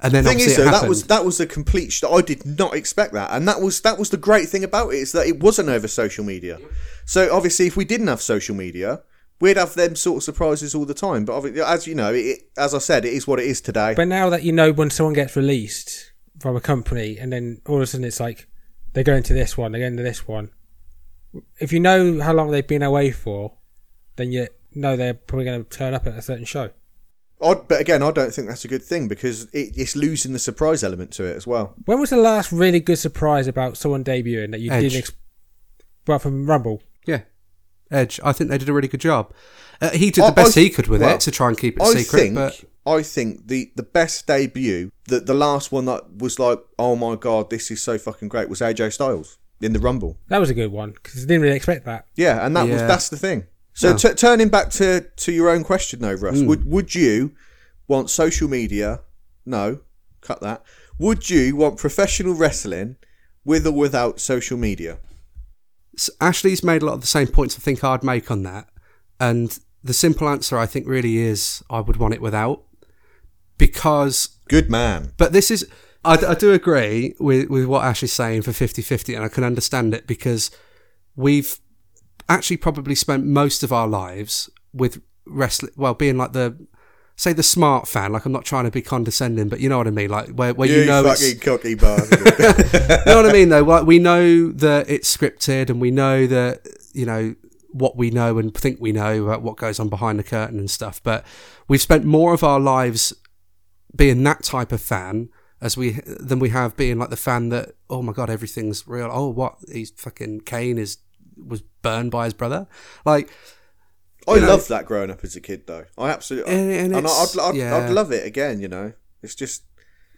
D: and then
F: thing
D: obviously
F: is
D: it
F: though that
D: happened.
F: was that was a complete sh- i did not expect that and that was that was the great thing about it is that it wasn't over social media so obviously if we didn't have social media we'd have them sort of surprises all the time but obvi- as you know it, as i said it is what it is today
E: But now that you know when someone gets released from a company and then all of a sudden it's like they're going to this one, they're going to this one. If you know how long they've been away for, then you know they're probably going to turn up at a certain show.
F: I, but again i don't think that's a good thing because it, it's losing the surprise element to it as well
E: When was the last really good surprise about someone debuting that you
D: Edge.
E: didn't? Ex- well, from Rumble,
D: yeah edge i think they did a really good job uh, he did the
F: I-
D: best
F: I-
D: he could with
F: well,
D: it to try and keep it
F: I
D: secret
F: think
D: but
F: I think the the best debut, the the last one that was like, oh my god, this is so fucking great, was AJ Styles in the Rumble.
E: that was a good one because I didn't really expect that.
F: Yeah, and that was
D: Yeah.
F: that's the thing. So
D: No.
F: t- turning back to to your own question though, Russ,
D: Mm.
F: would would you want social media? No, cut that. Would you want professional wrestling with or without social media?
D: S- Ashley's made a lot of the same points I think I'd make on that. And the simple answer I think really is I would want it without. Because,
F: Good man.
D: but this is, I, d- I do agree with, with what Ash is saying for 50 50, and I can understand it because we've actually probably spent most of our lives with wrestling, well, being like the, say, the smart fan. Like, I'm not trying to be condescending, but you know what I mean? Like, where, where you, know it's-
F: fucking cocky bastard.
D: you know what I mean, though. Like we know that it's scripted, and we know that you know what we know and think we know about what goes on behind the curtain and stuff. But we've spent more of our lives being that type of fan as we than we have being like the fan that oh my god everything's real. Oh what he's fucking Kane is was burned by his brother. Like
F: I loved that growing up as a kid though. I absolutely
D: And- and
F: and, I
D: it's-
F: I'd, I'd,
D: yeah.
F: I'd love it again. You know, It's just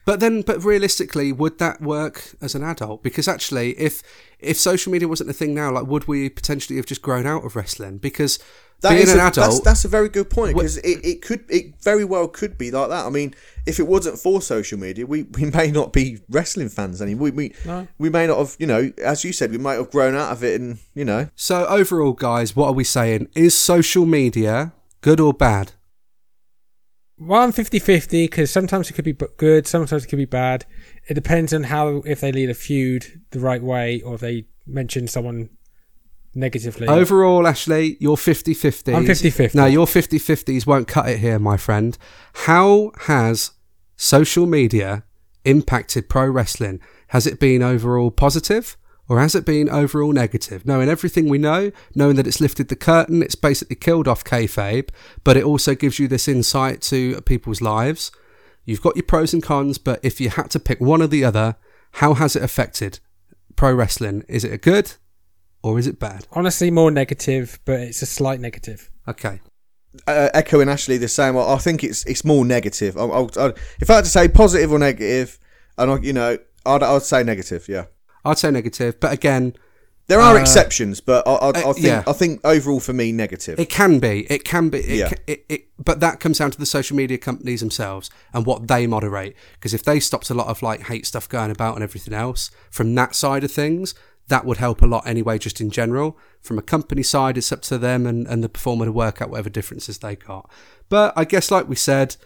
D: But then, but realistically, would that work as an adult? Because actually, if if social media wasn't a thing now, like, would we potentially have just grown out of wrestling? Because
F: that
D: being
F: is
D: an
F: a,
D: adult,
F: That's, that's a very good point because it, it could it very well could be like that. I mean, if it wasn't for social media, we, we may not be wrestling fans anymore. We we, we may not have you know, as you said, we might have grown out of it, and you know,
D: so overall, guys, what are we saying? Is social media good or bad?
E: Well, I'm 50 50 because sometimes it could be bu- good, sometimes it could be bad. It depends on how, if they lead a feud the right way or if they mention someone negatively.
D: Overall, Ashley, you're 50 50.
E: I'm 50-50.
D: No, your 50 50s won't cut it here, my friend. How has social media impacted pro wrestling? Has it been overall positive or has it been overall negative? Knowing everything we know, knowing that it's lifted the curtain, it's basically killed off kayfabe, but it also gives you this insight to people's lives. You've got your pros and cons, but if you had to pick one or the other, how has it affected pro wrestling? Is it a good or is it bad?
E: Honestly, more negative, but it's a slight negative.
D: Okay.
F: uh, echoing Ashley the same. I, I think it's it's more negative. I, I, I, if I had to say positive or negative, and I, you know, I'd, I'd say negative. Yeah,
D: I'd say negative, but again,
F: there are exceptions, but I, I, I
D: uh,
F: think
D: yeah.
F: I think overall for me negative.
D: it can be. It can be. It,
F: Yeah.
D: ca- it, it, but that comes down to the social media companies themselves and what they moderate. Because if they stopped a lot of like hate stuff going about and everything else from that side of things, that would help a lot anyway, just in general. From a company side, it's up to them and, and the performer to work out whatever differences they got. But I guess, like we said,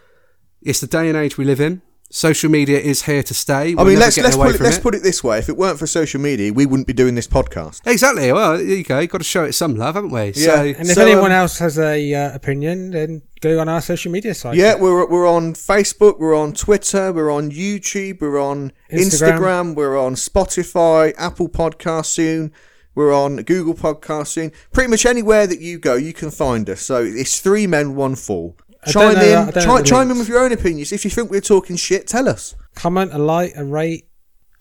D: it's the day and age we live in. Social media is here to stay.
F: I mean,
D: We're never
F: let's
D: getting
F: let's
D: away
F: put it,
D: from
F: let's put it this way: if it weren't for social media, we wouldn't be doing this podcast.
D: Exactly. Well, there you go. You've got to show it some love, haven't we?
F: Yeah.
E: And if
F: So,
E: anyone
F: um,
E: else has a uh, opinion, then go on our social media site.
F: Yeah, we're we're on Facebook, we're on Twitter, we're on YouTube, we're on Instagram,
E: Instagram.
F: we're on Spotify, Apple Podcast soon, we're on Google Podcast soon. Pretty much anywhere that you go, you can find us. So it's three men, one fall.
E: I don't
F: Chime
E: know that- I
F: in,
E: don't know
F: chime,
E: the
F: chime in
E: links.
F: with your own opinions. If you think we're talking shit, tell us.
E: Comment, a like, a rate.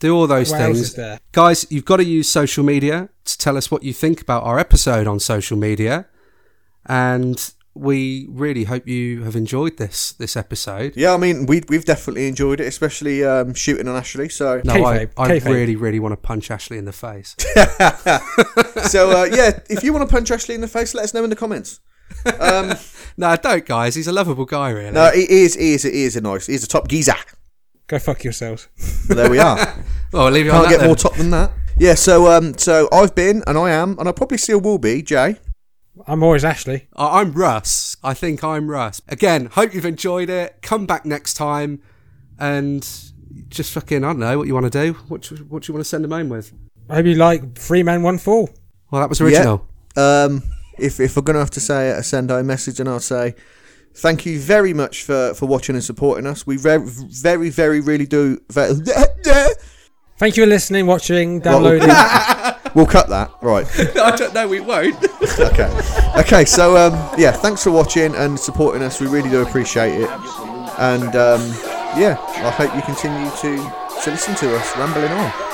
D: Do all those
E: What else
D: things.
E: is there?
D: Guys, you've got to use social media to tell us what you think about our episode on social media. And we really hope you have enjoyed this this episode.
F: Yeah, I mean we we've definitely enjoyed it, especially um, shooting on Ashley. So
D: No,
E: Kayfabe,
D: I, I
E: kayfabe.
D: really, really want to punch Ashley in the face.
F: so uh, yeah, if you want to punch Ashley in the face, let us know in the comments.
D: no, don't, guys. He's a lovable guy, really.
F: No, he is, he is, he is a nice, he's a top geezer.
E: Go fuck yourselves.
F: There we are.
D: well, I'll Oh, leave you on
F: Can't
D: that
F: get
D: then.
F: more top than that. Yeah, so um, so I've been and I am and I probably still will be Jay.
E: I'm always Ashley.
D: I- I'm Russ. I think I'm Russ. Again, hope you've enjoyed it. Come back next time and just fucking, I don't know what you want to do. What do, what do you want to send them home with?
E: I hope you like Three Man, One Fall.
D: Well, that was original.
F: Yeah. Um, if if we're gonna have to say a send a message, and I'll say thank you very much for for watching and supporting us. We very very very really do. Very,
E: Thank you for listening, watching, downloading.
F: we'll cut that right.
D: I don't know, we won't.
F: Okay. Okay. So um, yeah, thanks for watching and supporting us. We really do appreciate it. And um, yeah, I hope you continue to to listen to us rambling on.